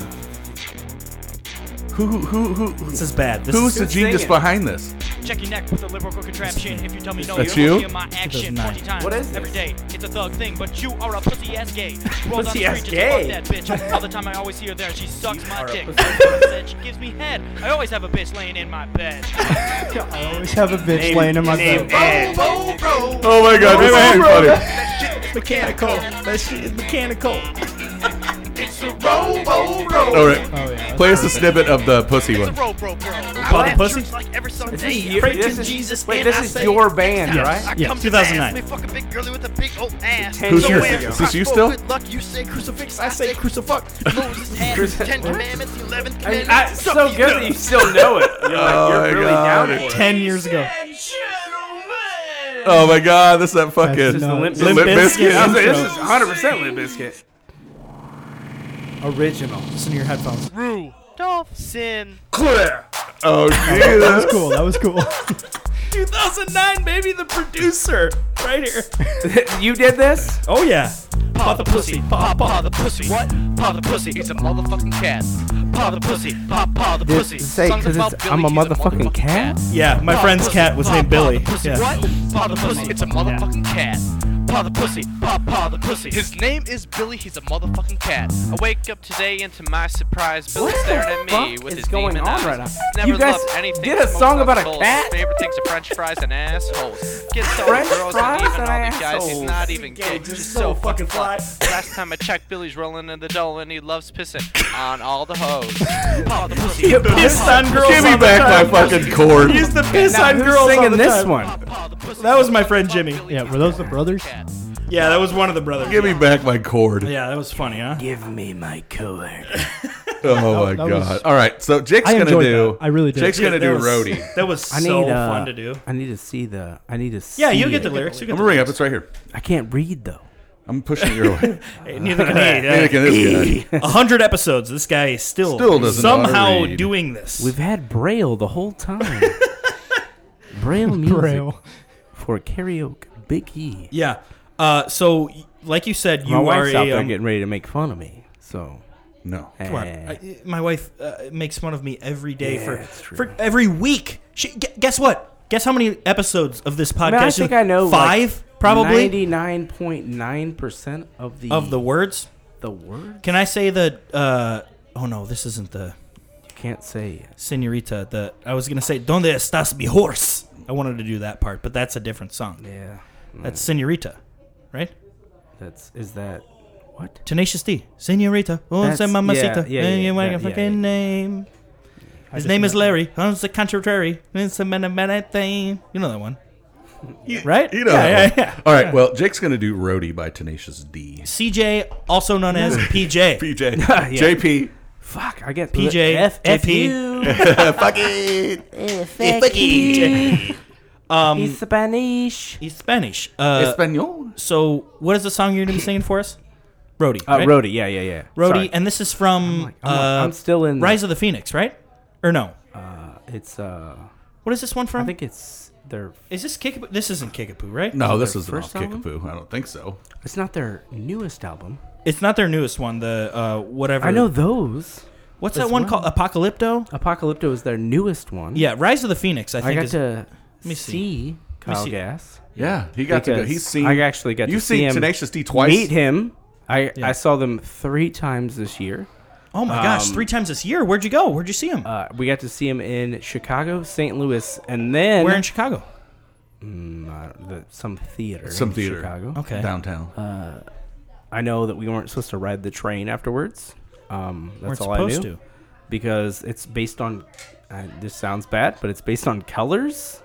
B: Who who who, who
A: This is bad. This
B: who's
A: is,
B: the genius behind this?
L: Check your neck with a liberal contraption. If you tell me no,
B: That's
L: you'll
B: you?
L: hear my action
A: 2009.
L: 20 times
H: What is
L: every
H: this?
L: day. It's a thug thing, but you are a pussy ass gay. Roll down
H: Pussy
L: the
H: ass
L: street, just
H: gay.
L: fuck that bitch. All the time I always hear there, she sucks my dick. Said she gives me head. I always have a bitch laying in my bed.
J: I always have a bitch laying in my
H: Name
J: bed.
H: Ed.
B: Oh my god, this is too funny. Oh,
A: mechanical. That shit is mechanical.
B: All right,
J: Oh, yeah.
B: play us a snippet of the pussy
L: It's a
B: one.
L: roll, bro, bro. I
A: Call
L: laugh
A: the pussy?
L: truth Like every Sunday.
H: This is
L: I
H: your-
L: pray
H: this
L: to
H: is-
L: Jesus
H: wait,
L: and
H: this
L: I
H: is
L: say,
H: your band,
L: "Sometimes
H: right?
L: I
A: Yeah,
L: come to
A: 2009.
L: dance, Me fuck a big girlie with a big old ass.
H: Ten Who's
B: yours?
L: wear
B: Is this
L: crossbow,
B: you still?
L: Good luck, you say crucifix. I,
A: say
L: crucifix. Moses had
H: Cruci-
L: ten
H: what?
L: commandments, eleven
H: I,
L: commandments.
H: I, it's so good that you still know it. You're, like,
B: my
A: Oh
H: you're really
B: God.
H: down for it.
A: Ten years ago.
B: Oh my god, this is that fucking
J: That's just the
H: Limp
B: Limp
A: Bizkit
B: Bizkit.
H: I was like,
B: intro.
H: this is 100% Limp Biscuit. Original.
A: Listen to your headphones.
L: Rudolph Sin.
A: Clear.
F: Oh,
J: that was cool. That was cool.
A: 2009, baby, the producer, right here.
H: you did this?
A: Oh yeah.
L: Paw the pussy, paw paw the pussy. What? Paw the pussy. He's a motherfucking cat. Paw the pussy, paw paw the
H: This-
L: pussy.
H: say,
L: Songs
H: 'cause
L: about
H: it's-
L: Billy,
H: I'm a
L: he's
H: motherfucking cat?
A: Yeah, my
L: Paw
A: friend's
L: pussy,
A: cat was
L: paw, paw
A: named
L: the
A: Billy.
L: pussy.
A: Yeah.
L: What? Paw the pussy. It's a motherfucking cat. Paw the pussy. Paw paw the pussy. His name is Billy. He's a motherfucking cat. I wake up today and to my surprise, Billy staring at me
H: fuck
L: with
H: is
L: his
H: going
L: demon
H: on
L: eyes.
H: right now?
L: Never
H: You guys
L: loved anything.
H: did a
L: that smokes
H: song about a
L: assholes.
H: cat?
L: His favorite things are French fries and assholes. Gets all
H: French
L: the girls and
H: fries
L: even
H: and
L: all the guys. He's not
H: assholes.
L: even gay. Just, so fucking fly. Last time I checked, Billy's rolling in the dough and he loves pissing on all the hoes. Paw the pussy.
A: You pissed on girls.
B: Give me
A: all the
B: back
A: time.
B: my fucking cord.
A: He's the piss
H: Now,
A: on
H: who's
A: girls.
H: singing
A: all the
H: this
A: time.
L: one?
A: That was my friend Jimmy.
J: Yeah, were those the brothers?
A: Yeah, that was one of the brothers.
B: Give me back my cord.
A: Yeah, that was funny, huh?
I: Give me my cord.
B: Oh my
J: that
B: god!
J: was-
B: All right, so Jake's
J: I
B: gonna
J: enjoyed
B: do.
J: that. I really did.
B: Jake's
A: Dude,
B: gonna
A: that
B: do
A: was-
B: roadie.
A: That was
H: I
A: so
H: need, uh,
A: fun to do.
H: I need to see the. I need to. see
A: Yeah, you get
H: it.
A: the lyrics. You
B: I'm
A: get
B: gonna
A: the
B: ring it up.
A: lyrics.
B: It's right here.
H: I can't read though.
B: I'm pushing it your way.
A: Hey, Neither can he.
B: Neither
A: Yeah.
B: can
J: E.
B: this guy.
A: A hundred episodes. This guy is still,
B: Still doesn't know how to
A: somehow
B: read.
A: doing this.
I: We've had Braille the whole time. Braille music
J: Braille.
I: for karaoke. Big E.
A: yeah. Uh, so, y- like you said, you
H: My
A: are
H: wife's out
A: a.
H: there
A: um,
H: getting ready to make fun of me. So
B: No.
A: come on.
H: eh.
A: I- my wife uh, makes fun of me every day
H: Yeah,
A: for
H: that's true.
A: for every week. She gu- guess what? Guess how many episodes of this podcast?
H: I mean, I
A: she-
H: think I know, like,
A: five probably
H: ninety-nine point nine percent of the
A: of the words.
H: the word
A: Can I say the? Uh, oh no, this isn't the
H: can't say. it.
A: senorita. The I was gonna say "Donde estás mi horse." I wanted to do that part, but that's a different song.
H: Yeah,
A: That's senorita, right?
H: that's is that what?
A: Tenacious D. Senorita. Oh,
H: That's-
A: say mamacita.
H: yeah, yeah, yeah,
A: and you
H: yeah,
A: want a
H: yeah,
A: fucking
H: yeah.
A: name. His
H: just
A: name is
H: know-
A: Larry. Owns the contrary. It's a man about that thing. You know that one. right?
B: You know.
A: Yeah,
B: that
A: yeah,
B: one.
A: yeah.
B: All right. Well, Jake's gonna do "Roadie" by Tenacious D.
A: CJ, also known as PJ.
B: PJ.
H: Yeah.
B: JP.
H: Fuck, I get
A: PJ.
H: F, F
A: JP.
H: you.
B: Fuck it. Fuck it.
A: Um,
H: He's Spanish.
A: he's Spanish. Uh,
B: Espanol.
A: so, what is the song you're going to be singing for us? Rhodey.
H: Uh,
A: right?
H: Rhodey, yeah, yeah, yeah.
A: Rhodey,
H: Sorry.
A: and this is from
H: like- I'm like-
A: uh,
H: I'm still in the-
A: Rise of the Phoenix, right? Or no?
H: Uh, it's uh,
A: What is this one from?
H: I think it's their.
A: is this Kickapoo? This isn't Kickapoo, right?
B: No, this
H: their
B: is not
H: first album?
B: Kickapoo. I don't think so.
H: It's not their newest album.
A: It's not their newest one. The uh, whatever.
H: I know those.
A: What's
H: This
A: that one
H: one.
A: called? Apocalypto?
H: Apocalypto is their newest one.
A: Yeah, Rise of the Phoenix. I
H: I,
A: think
H: got
A: is,
H: to
A: me
H: see,
A: see. me
H: Kyle
A: see.
H: Gas.
B: Yeah, he got to go.
H: because
B: He's seen.
H: I actually got to
B: You've
H: see
B: seen
H: him
B: Tenacious D twice.
H: Meet him. I
A: Yeah.
H: I saw them three times this year.
A: oh my gosh,
H: um,
A: three times this year. Where'd you go? Where'd you see him?
H: Uh, we got to see him in Chicago, St. Louis, and then
A: We're in Chicago.
H: Mm, I don't- the- some theater.
B: Some
H: in
B: theater.
H: Chicago.
A: Okay.
B: Downtown.
H: Uh, I know that we weren't supposed to ride the train afterwards. Um, that's
A: Weren't
H: all I knew.
A: supposed to.
H: Because it's based on. Uh, this sounds bad, but it's based on colors.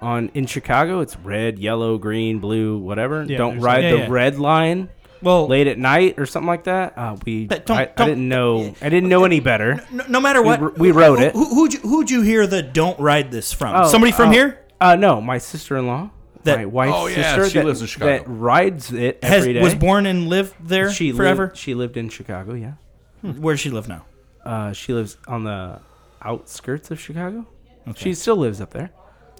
H: On in Chicago, it's red, yellow, green, blue, whatever.
J: Yeah,
H: don't
J: there's-
H: ride
A: Yeah,
H: the
A: yeah.
H: red line
A: Well,
H: late at night or something like that. Uh, we
A: But don't-
H: I, I
A: don't-
H: didn't know. I didn't know any better.
A: no, no matter what,
H: r- we wrote it.
A: Who, who, who'd, you, who'd you hear the "Don't Ride This" from?
H: Oh,
A: Somebody from
H: oh,
A: here?
H: Uh, no, my sister-in-law,
A: That-
H: my wife's
B: Oh, yeah,
H: sister,
B: she
H: that,
B: lives in Chicago.
H: that rides it
A: Has,
H: every day.
A: was born and lived there
H: she lived- hmm.
A: forever.
H: she lived in Chicago. Yeah,
A: Where does she live now?
H: uh, she lives on the outskirts of Chicago. She still lives up there.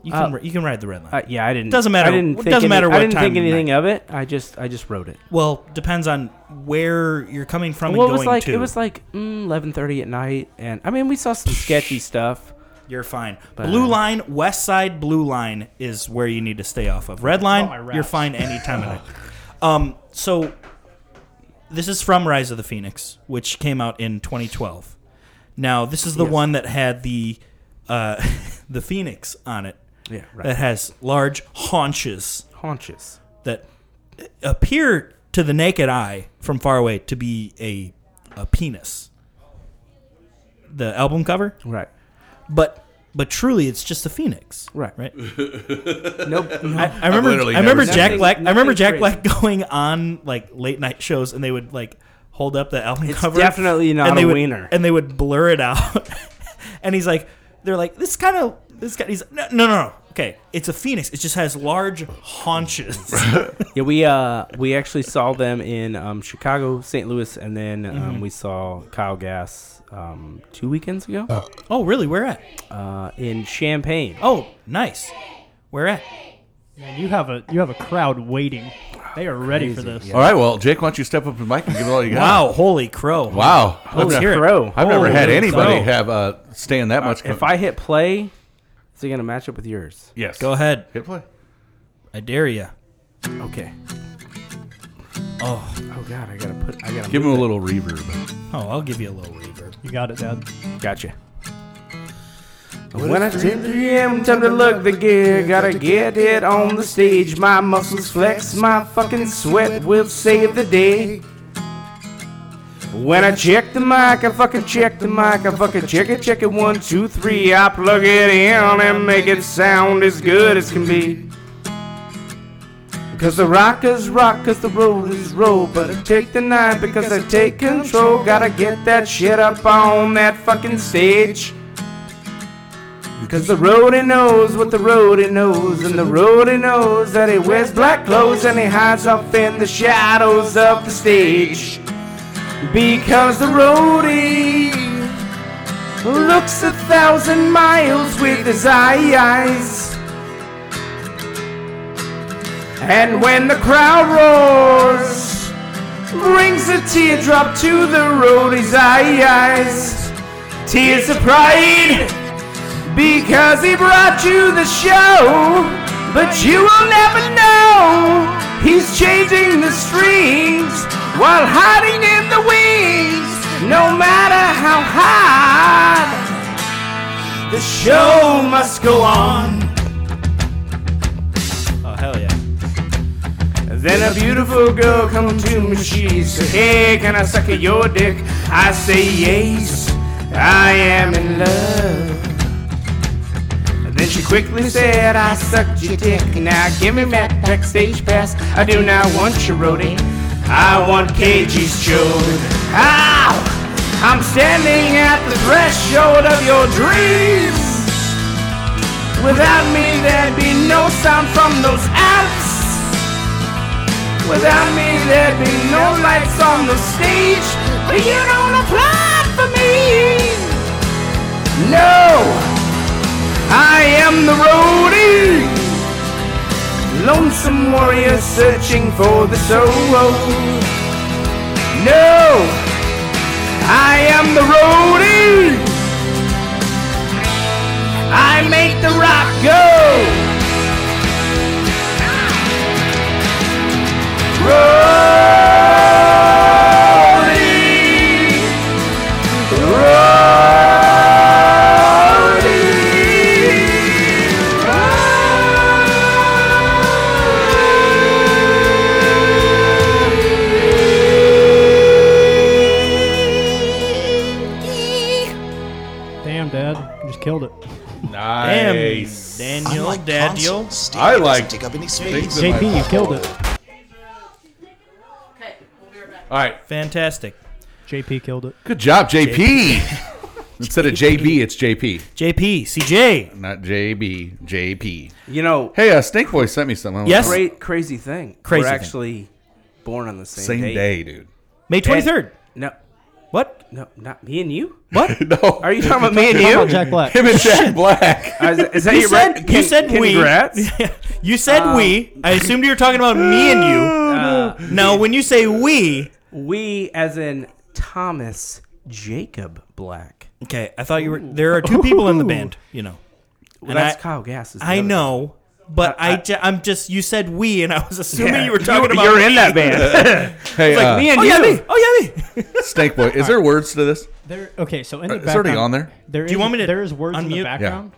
A: You can
H: Uh,
A: ri- you can ride the red line.
H: Uh, yeah, I didn't.
A: Doesn't matter-
H: I didn't.
A: it
H: Think
A: doesn't
H: any-
A: matter what
H: I didn't
A: time
H: think
A: of
H: anything of it. I just, I just wrote it.
A: well, depends on where you're coming from
H: well, it
A: and going
H: was like
A: to.
H: it was like mm, eleven thirty at night, and I mean, we saw some sketchy stuff.
A: You're fine.
H: uh,
A: blue line, west side blue line is where you need to stay off of. Red line, you're fine any time of night. Um, so this is from Rise of the Phoenix, which came out in 2012. Now this is the one that had the uh, the phoenix on it
H: Yeah, right.
A: that has large haunches
H: Haunches.
A: that appear to the naked eye from far away to be a a penis. The album cover
H: Right.
A: but but truly it's just a phoenix
H: Right.
A: right
H: Nope.
A: i, I remember
B: literally
A: i remember
B: never
A: jack
H: seen it.
A: black i remember
H: Nothing
A: jack
H: crazy.
A: black going on like late night shows and they would like hold up the album
H: It's
A: cover
H: definitely not
A: and they
H: a
A: would,
H: wiener.
A: and they would blur it out and he's like they're like this kind of This guy, he's no, no, no. no. Okay, it's a phoenix. It just has large haunches.
M: yeah, we uh we actually saw them in um, Chicago, St. Louis, and then um,
H: Mm-hmm.
A: Mhm.
M: we saw Kyle Gas um, two weekends ago.
A: Oh, really? Where at?
M: Uh, in Champagne.
A: Oh, nice. Where at?
J: Man, you have a you have a crowd waiting. They are ready for this.
B: All right, well, Jake, why don't you step up to the mic and give it all you got?
A: Wow, holy crow!
B: Wow,
A: Holy
B: I've never,
A: crow.
B: I've never
H: Oh,
A: Holy
B: had anybody
A: crow.
B: have uh, stand that much.
M: If I hit play, is it gonna match up with yours?
B: Yes.
A: Go ahead.
B: Hit play.
A: I dare you.
M: Okay.
A: Oh.
M: Oh God, I gotta put. I gotta
B: give him
M: move
B: a
M: it.
B: little reverb.
A: Oh, I'll give you a little reverb.
J: You got it, Dad.
M: Gotcha.
H: When I tip the gym, time to look the gear. Gotta get it on the stage. My muscles flex, my fucking sweat will save the day. When I check the mic, I fucking check the mic, I fucking check it, check it one, two, three. I plug it in and make it sound as good as can be. Cause the rockers rock, cause the rollers roll. But I take the nine because I take control. Gotta get that shit up on that fucking stage. Cause the roadie knows what the roadie knows, and the roadie knows that he wears black clothes and he hides off in the shadows of the stage. Because the roadie looks a thousand miles with his eyes. And when the crowd roars, brings a teardrop to the roadie's eyes. Tears of pride. Because he brought you the show, but you will never know. He's changing the strings while hiding in the wings. No matter how high, the show must go on.
A: Oh hell yeah!
H: Then a beautiful girl come to me, she said, Hey, can I suck at your dick? I say, Yes, I am in love. And then she quickly said, I sucked your dick. Now give me that backstage pass. I do not want your roadie. I want KG's chode. Ow! I'm standing at the threshold of your dreams. Without me, there'd be no sound from those apps. Without me, there'd be no lights on the stage. But you don't apply for me. No, I am the roadie. Lonesome warrior searching for the sorrow. No, I am the roadie. I make the rock go.
J: Damn, Dad, you just killed it.
B: Nice.
A: Damn, Daniel, Daniel.
B: I like.
A: Take up any
B: things
A: space.
B: in my
J: JP, you killed it.
B: All right,
A: fantastic.
J: JP killed it.
B: Good job, JP. Instead of JB, it's JP.
A: JP, CJ.
B: Not JB, JP.
M: You know.
B: Hey, uh, Snake Boy sent me something. I wanna talk
M: Great, crazy thing.
B: Crazy
M: We're
B: thing.
M: actually born on the same,
B: Same day, dude.
A: May 23rd.
M: No.
A: What?
M: No, not me and you.
A: What?
B: no.
M: Are you talking about me and
A: Talking
M: you?
A: about Jack Black.
B: Him and Jack Black.
H: Oh,
M: Uh, is, is that
A: you
M: your
A: said,
M: rec-
A: you
M: con-
A: said we.
M: Congrats.
A: you said
M: Um,
A: we. I assumed you were talking about me and you. now, when you say we,
M: We, as in Thomas Jacob Black.
A: okay, I thought you were. There are two people in the band, you know.
M: Well, that's Kyle Gass is the
A: I
M: other
A: know, but I, am just. You said we, and I was assuming
M: Yeah.
A: you were
M: You
A: talking
M: were-
A: about.
M: you're in
A: me.
M: that band.
B: Hey,
A: It's like,
B: uh,
A: me and oh, Yeah,
M: you.
A: me. Oh yeah, me.
B: Snake Boy, is there words to this?
J: There. Okay, so in
B: Uh,
J: the
B: it's already
J: background-
B: on there?
J: There
A: Do you
J: is-
A: want me to
J: There is words in
A: unmute?
J: the
A: Yeah.
J: background.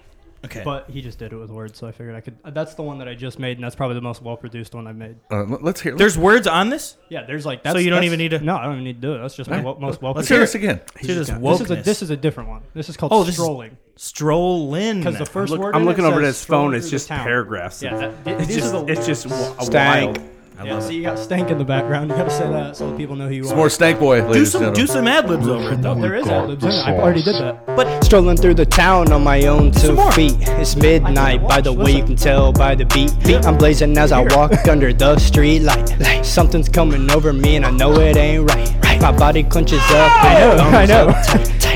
A: Okay.
J: But he just did it with words, so I figured I could. uh, That's the one that I just made, and that's probably the most well-produced one I've made.
B: Uh, l- let's hear.
A: There's words on this.
J: Yeah, there's like that's
A: so you don't
J: that's-
A: even need to.
J: No, I don't even need to do it. That's just my
A: Alright,
J: wo- most well.
A: let's hear this again. Hear this
J: this is a
A: wokeness.
J: this is a different one. This is called
A: Oh, this is-
J: strolling.
A: Strolling.
J: 'Cause the first
M: Look,
J: word
M: I'm
J: in it
M: looking over at
J: says
M: his phone.
J: stroll
M: It's
J: through the
M: just
J: town.
M: paragraphs.
J: Yeah, that- th-
M: it's
J: these are
M: just
J: the-
M: it's just w-
J: Stank.
M: wild.
B: I
D: yeah,
B: love
D: so
B: it.
D: you got Stank in the background. You gotta say that so the people know who you
B: It's
D: are.
B: more Stank Boy,
D: Do
B: ladies
D: some-
B: and
D: do
B: gentlemen.
D: some ad-libs over it, though. There is ad-libs in it. I already did that.
J: But strolling through the town on my own two feet. It's midnight, by the way you can tell by the beat. Beat I'm blazing as I walk under the street light. Light. Something's coming over me and I know it ain't right. My body clenches up.
D: I know, I know.
J: know.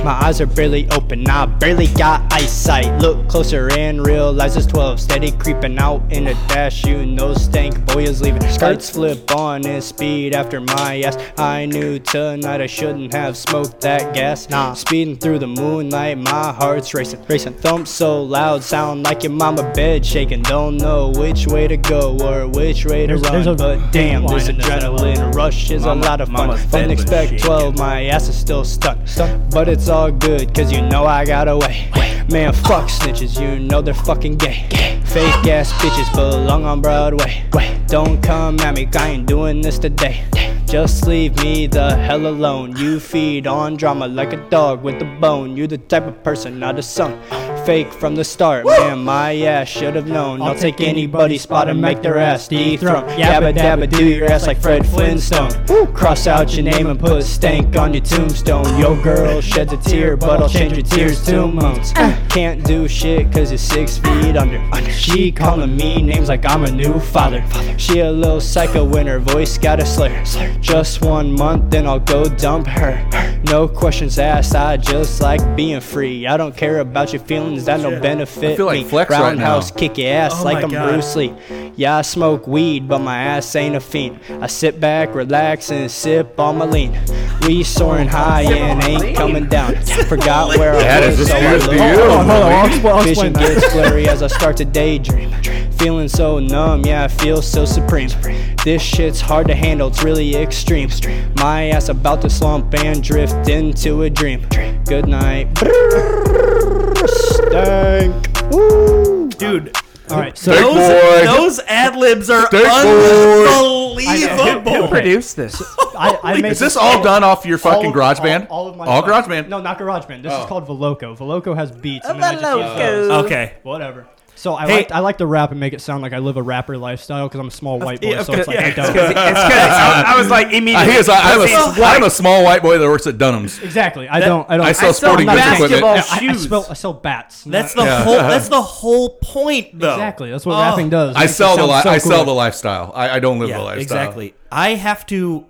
J: My eyes are barely open. I barely got eyesight. Look closer and realize it's 12. Steady creeping out in a dash. You know, stank boy is leaving. Skirts flip on and speed after my ass. I knew tonight I shouldn't have smoked that gas. Nah. Speeding through the moonlight, my heart's racing. Racing. Thump so loud, sound like your mama bed shaking. Don't know which way to go or which way to
D: There's-
J: run.
D: there's a
J: but damn,
D: line
J: this
D: in this that I love.
J: adrenaline rush is
D: Mama-
J: a lot of fun.
D: mama's bed
J: Didn't
D: was
J: expect 12, my ass is still stuck. stuck. But it's all good, cause you know I got away. Man, fuck snitches, you know they're fucking gay. Fake ass bitches belong on Broadway. Don't come at me, I ain't doing this today. Just leave me the hell alone. You feed on drama like a dog with a bone. You the type of person, not a son. Fake from the start, man, my ass should have known. I'll, take anybody's spot and make their ass dethrone. Yabba dabba do your ass like Fred Flintstone. Cross out your name and put stank on your tombstone. Yo, girl sheds a tear, but I'll change your tears to moans. Eh, Can't do shit cause you're six feet under. She calling me names like I'm a new father. She a little psycho when her voice got a slur. Just one month, then I'll go dump her. No questions asked, I just like being free. I don't care about your feelings, that no benefit.
B: I feel like
J: me.
B: Flex right now.
J: Roundhouse kick your ass
B: Oh
J: like
B: my
J: I'm
B: God.
J: Bruce Lee. Yeah, I smoke weed, but my ass ain't a fiend. I sit back, relax, and sip on my lean. We soaring high and ain't coming down. Forgot where I
B: That
J: was,
B: is
J: so I
B: excuse
J: looked
B: to you,
J: up.
B: Hold on, I'll explain- I'll
J: Vision
B: explain that.
J: gets blurry as I start to daydream. Feeling so numb, yeah, I feel so supreme. This shit's hard to handle, it's really extreme. My ass about to slump and drift into a dream. Good night. Stank.
A: Dude.
J: All right.
A: So those, those ad libs are
J: Steak boy.
A: unbelievable.
J: Who produced
H: this?
D: I, I made
B: Is this all done off your fucking
D: all-
B: garage band?
D: All, all of my
B: All
D: stuff.
B: garage band.
D: No, not garage band. This
B: Oh.
D: is called Veloco. Veloco has beats. And then I just use
B: Veloco.
D: those.
A: Okay.
D: Whatever. So I
A: Hey.
D: like I like to rap and make it sound like I live a rapper lifestyle because I'm a small white boy.
A: yeah,
D: so it's
A: okay,
D: like I
A: yeah,
D: don't.
A: it's 'cause- it's 'cause I- I was like, immediately,
B: I, here's- I- I'm, a,
A: pussy is
B: I'm a small white boy that works at Dunham's.
D: Exactly. I don't. I don't.
B: I sell sporting goods equipment.
D: Yeah, I- I, sell, I sell bats.
A: That's the
D: not-
B: Yeah.
A: whole. That's the whole point, though.
D: Exactly, that's what rapping does.
B: I
D: Makes it
B: sell the
D: sound
B: li-
D: so
B: I sell
D: cool.
B: the lifestyle. I, I don't live
A: Yeah,
B: the lifestyle.
A: exactly. I have to.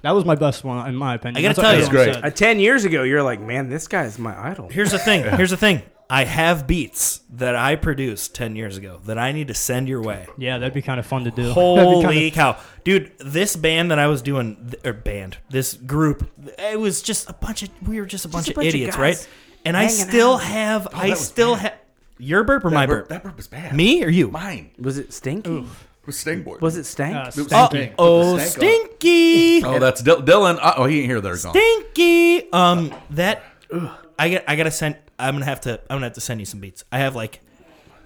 D: That was my best one, in my opinion.
A: I gotta
D: That's what
A: tell you,
D: everyone said.
H: Uh, Ten years ago, you're like, man, this guy is my idol.
A: Here's the thing. Here's the thing. I have beats that I produced ten years ago that I need to send your way.
D: Yeah, that'd be kind of fun to do. That'd be
A: Holy
D: kinda-
A: cow, dude! This band that I was doing, th- or band, this group, it was just a bunch of. We were just a bunch,
D: a
A: of,
D: bunch of
A: idiots,
D: guys
A: right? And I
D: hanging
A: still
D: out.
A: have.
D: Oh,
A: I
D: that was
A: still have. Your burp or
B: That
A: my
B: burp-
A: burp?
B: that burp was bad.
A: Me or you?
B: Mine.
H: Was it stinky?
B: Was Stinkboard.
H: Was it stank?
A: Uh, Stanky. Oh, stinky.
B: Oh, that's Dil Dylan. Uh, oh, he ain't here. They're gone.
A: Stinky. Um, that I get. I gotta send. I'm gonna have to. I'm gonna have to send you some beats. I have like,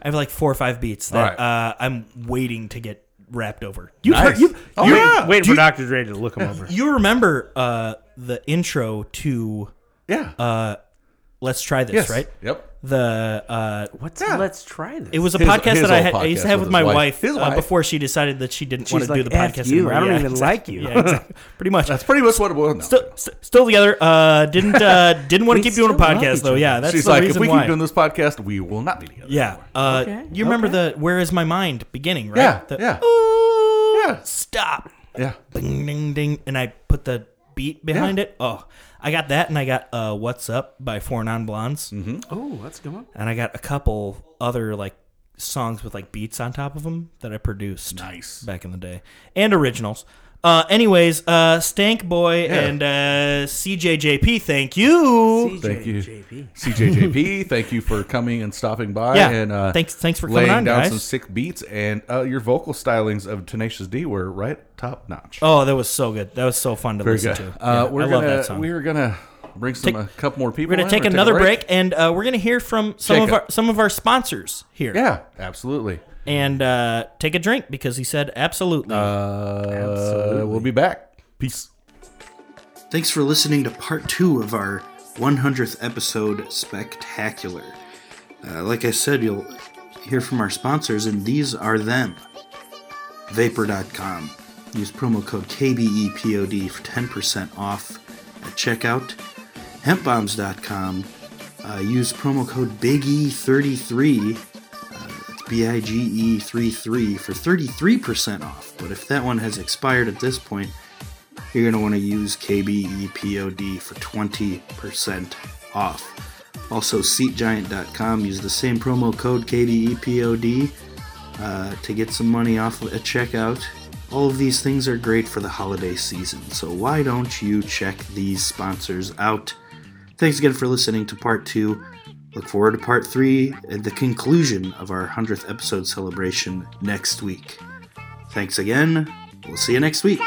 A: I have like four or five beats that
H: Alright.
A: uh, I'm waiting to get wrapped over. You've
H: Nice.
A: heard. You,
H: Oh,
A: you,
H: yeah. Wait
A: do
H: for
A: you-
H: Dr. Dre to look 'em over.
A: You remember uh, the intro to
B: yeah.
A: Uh, Let's try this,
B: Yes.
A: right?
B: Yep.
A: The uh,
H: what's Let's try this.
A: It was a
H: His-
A: podcast
H: his
A: that I,
H: old
A: had, I used to
H: podcast
A: have
H: with
A: with my
H: his wife.
A: wife,
H: His
A: uh,
H: wife.
A: before she decided that she didn't want
H: She's
A: to do
H: like,
A: the
H: "F
A: podcast
H: you,
A: anymore.
H: I don't
A: Yeah,
H: even
A: exactly.
H: like you.
A: Yeah, exactly. pretty much.
B: That's pretty much what it boiled down
A: Still, st- still together. Uh, didn't uh, didn't want to keep doing a podcast though. Yeah, that's
B: she's
A: the
B: like, if
A: reason
B: we
A: why.
B: keep doing this podcast, we will not be together.
A: yeah. Uh,
B: Okay,
A: You remember the "Where Is My Mind" beginning, right?
B: Yeah,
A: The,
B: yeah.
A: Ooh, Stop.
B: Yeah.
A: Ding ding ding, and I put the beat behind it. Oh, I got that, and I got uh, "What's Up" by Four Non Blondes. Mm-hmm.
H: Oh, that's a good one.
A: And I got a couple other like songs with like beats on top of them that I produced. Nice. Back in the day, and originals. Uh, anyways, uh, Stank Boy
B: Yeah.
A: and uh, CJJP, thank Oh, you.
B: Thank you, CJJP. thank you for coming and stopping by.
A: Yeah.
B: and uh,
A: Thanks- thanks for coming
B: laying
A: on,
B: down
A: guys.
B: some sick beats and uh, your vocal stylings of Tenacious D were right top notch.
A: Oh, that was so good. That was so fun to
B: Very
A: listen
B: good.
A: to.
B: Uh,
A: Yeah,
B: we're
A: I
B: gonna,
A: love that song.
B: We are gonna bring some
A: Take-
B: a couple more people.
A: We're
B: in.
A: gonna take
B: a
A: another break, and uh, we're gonna hear from some
B: Shake
A: of
B: up.
A: our some of our sponsors here.
B: Yeah, absolutely.
A: And uh, take a drink because he said absolutely.
B: Uh, we'll be back. Peace.
A: Thanks for listening to part two of our 100th episode spectacular.
N: Uh, like I said, you'll hear from our sponsors, and these are them Vapor.com,
J: Use promo code E KBEPOD for 10% off at checkout. Hempbombs.com. Uh, use promo code BIGE33. Uh, that's B I G E 33 for 33% off. But if that one has expired at this point, you're going to want to use E KBEPOD for 20% off. Also, SeatGiant.com. Use the same promo code E KBEPOD uh, to get some money off at checkout. All of these things are great for the holiday season, so why don't you check these sponsors out? Thanks again for listening to part two. Look forward to part three at the conclusion of our 100th episode celebration next week. Thanks again. We'll see you next week.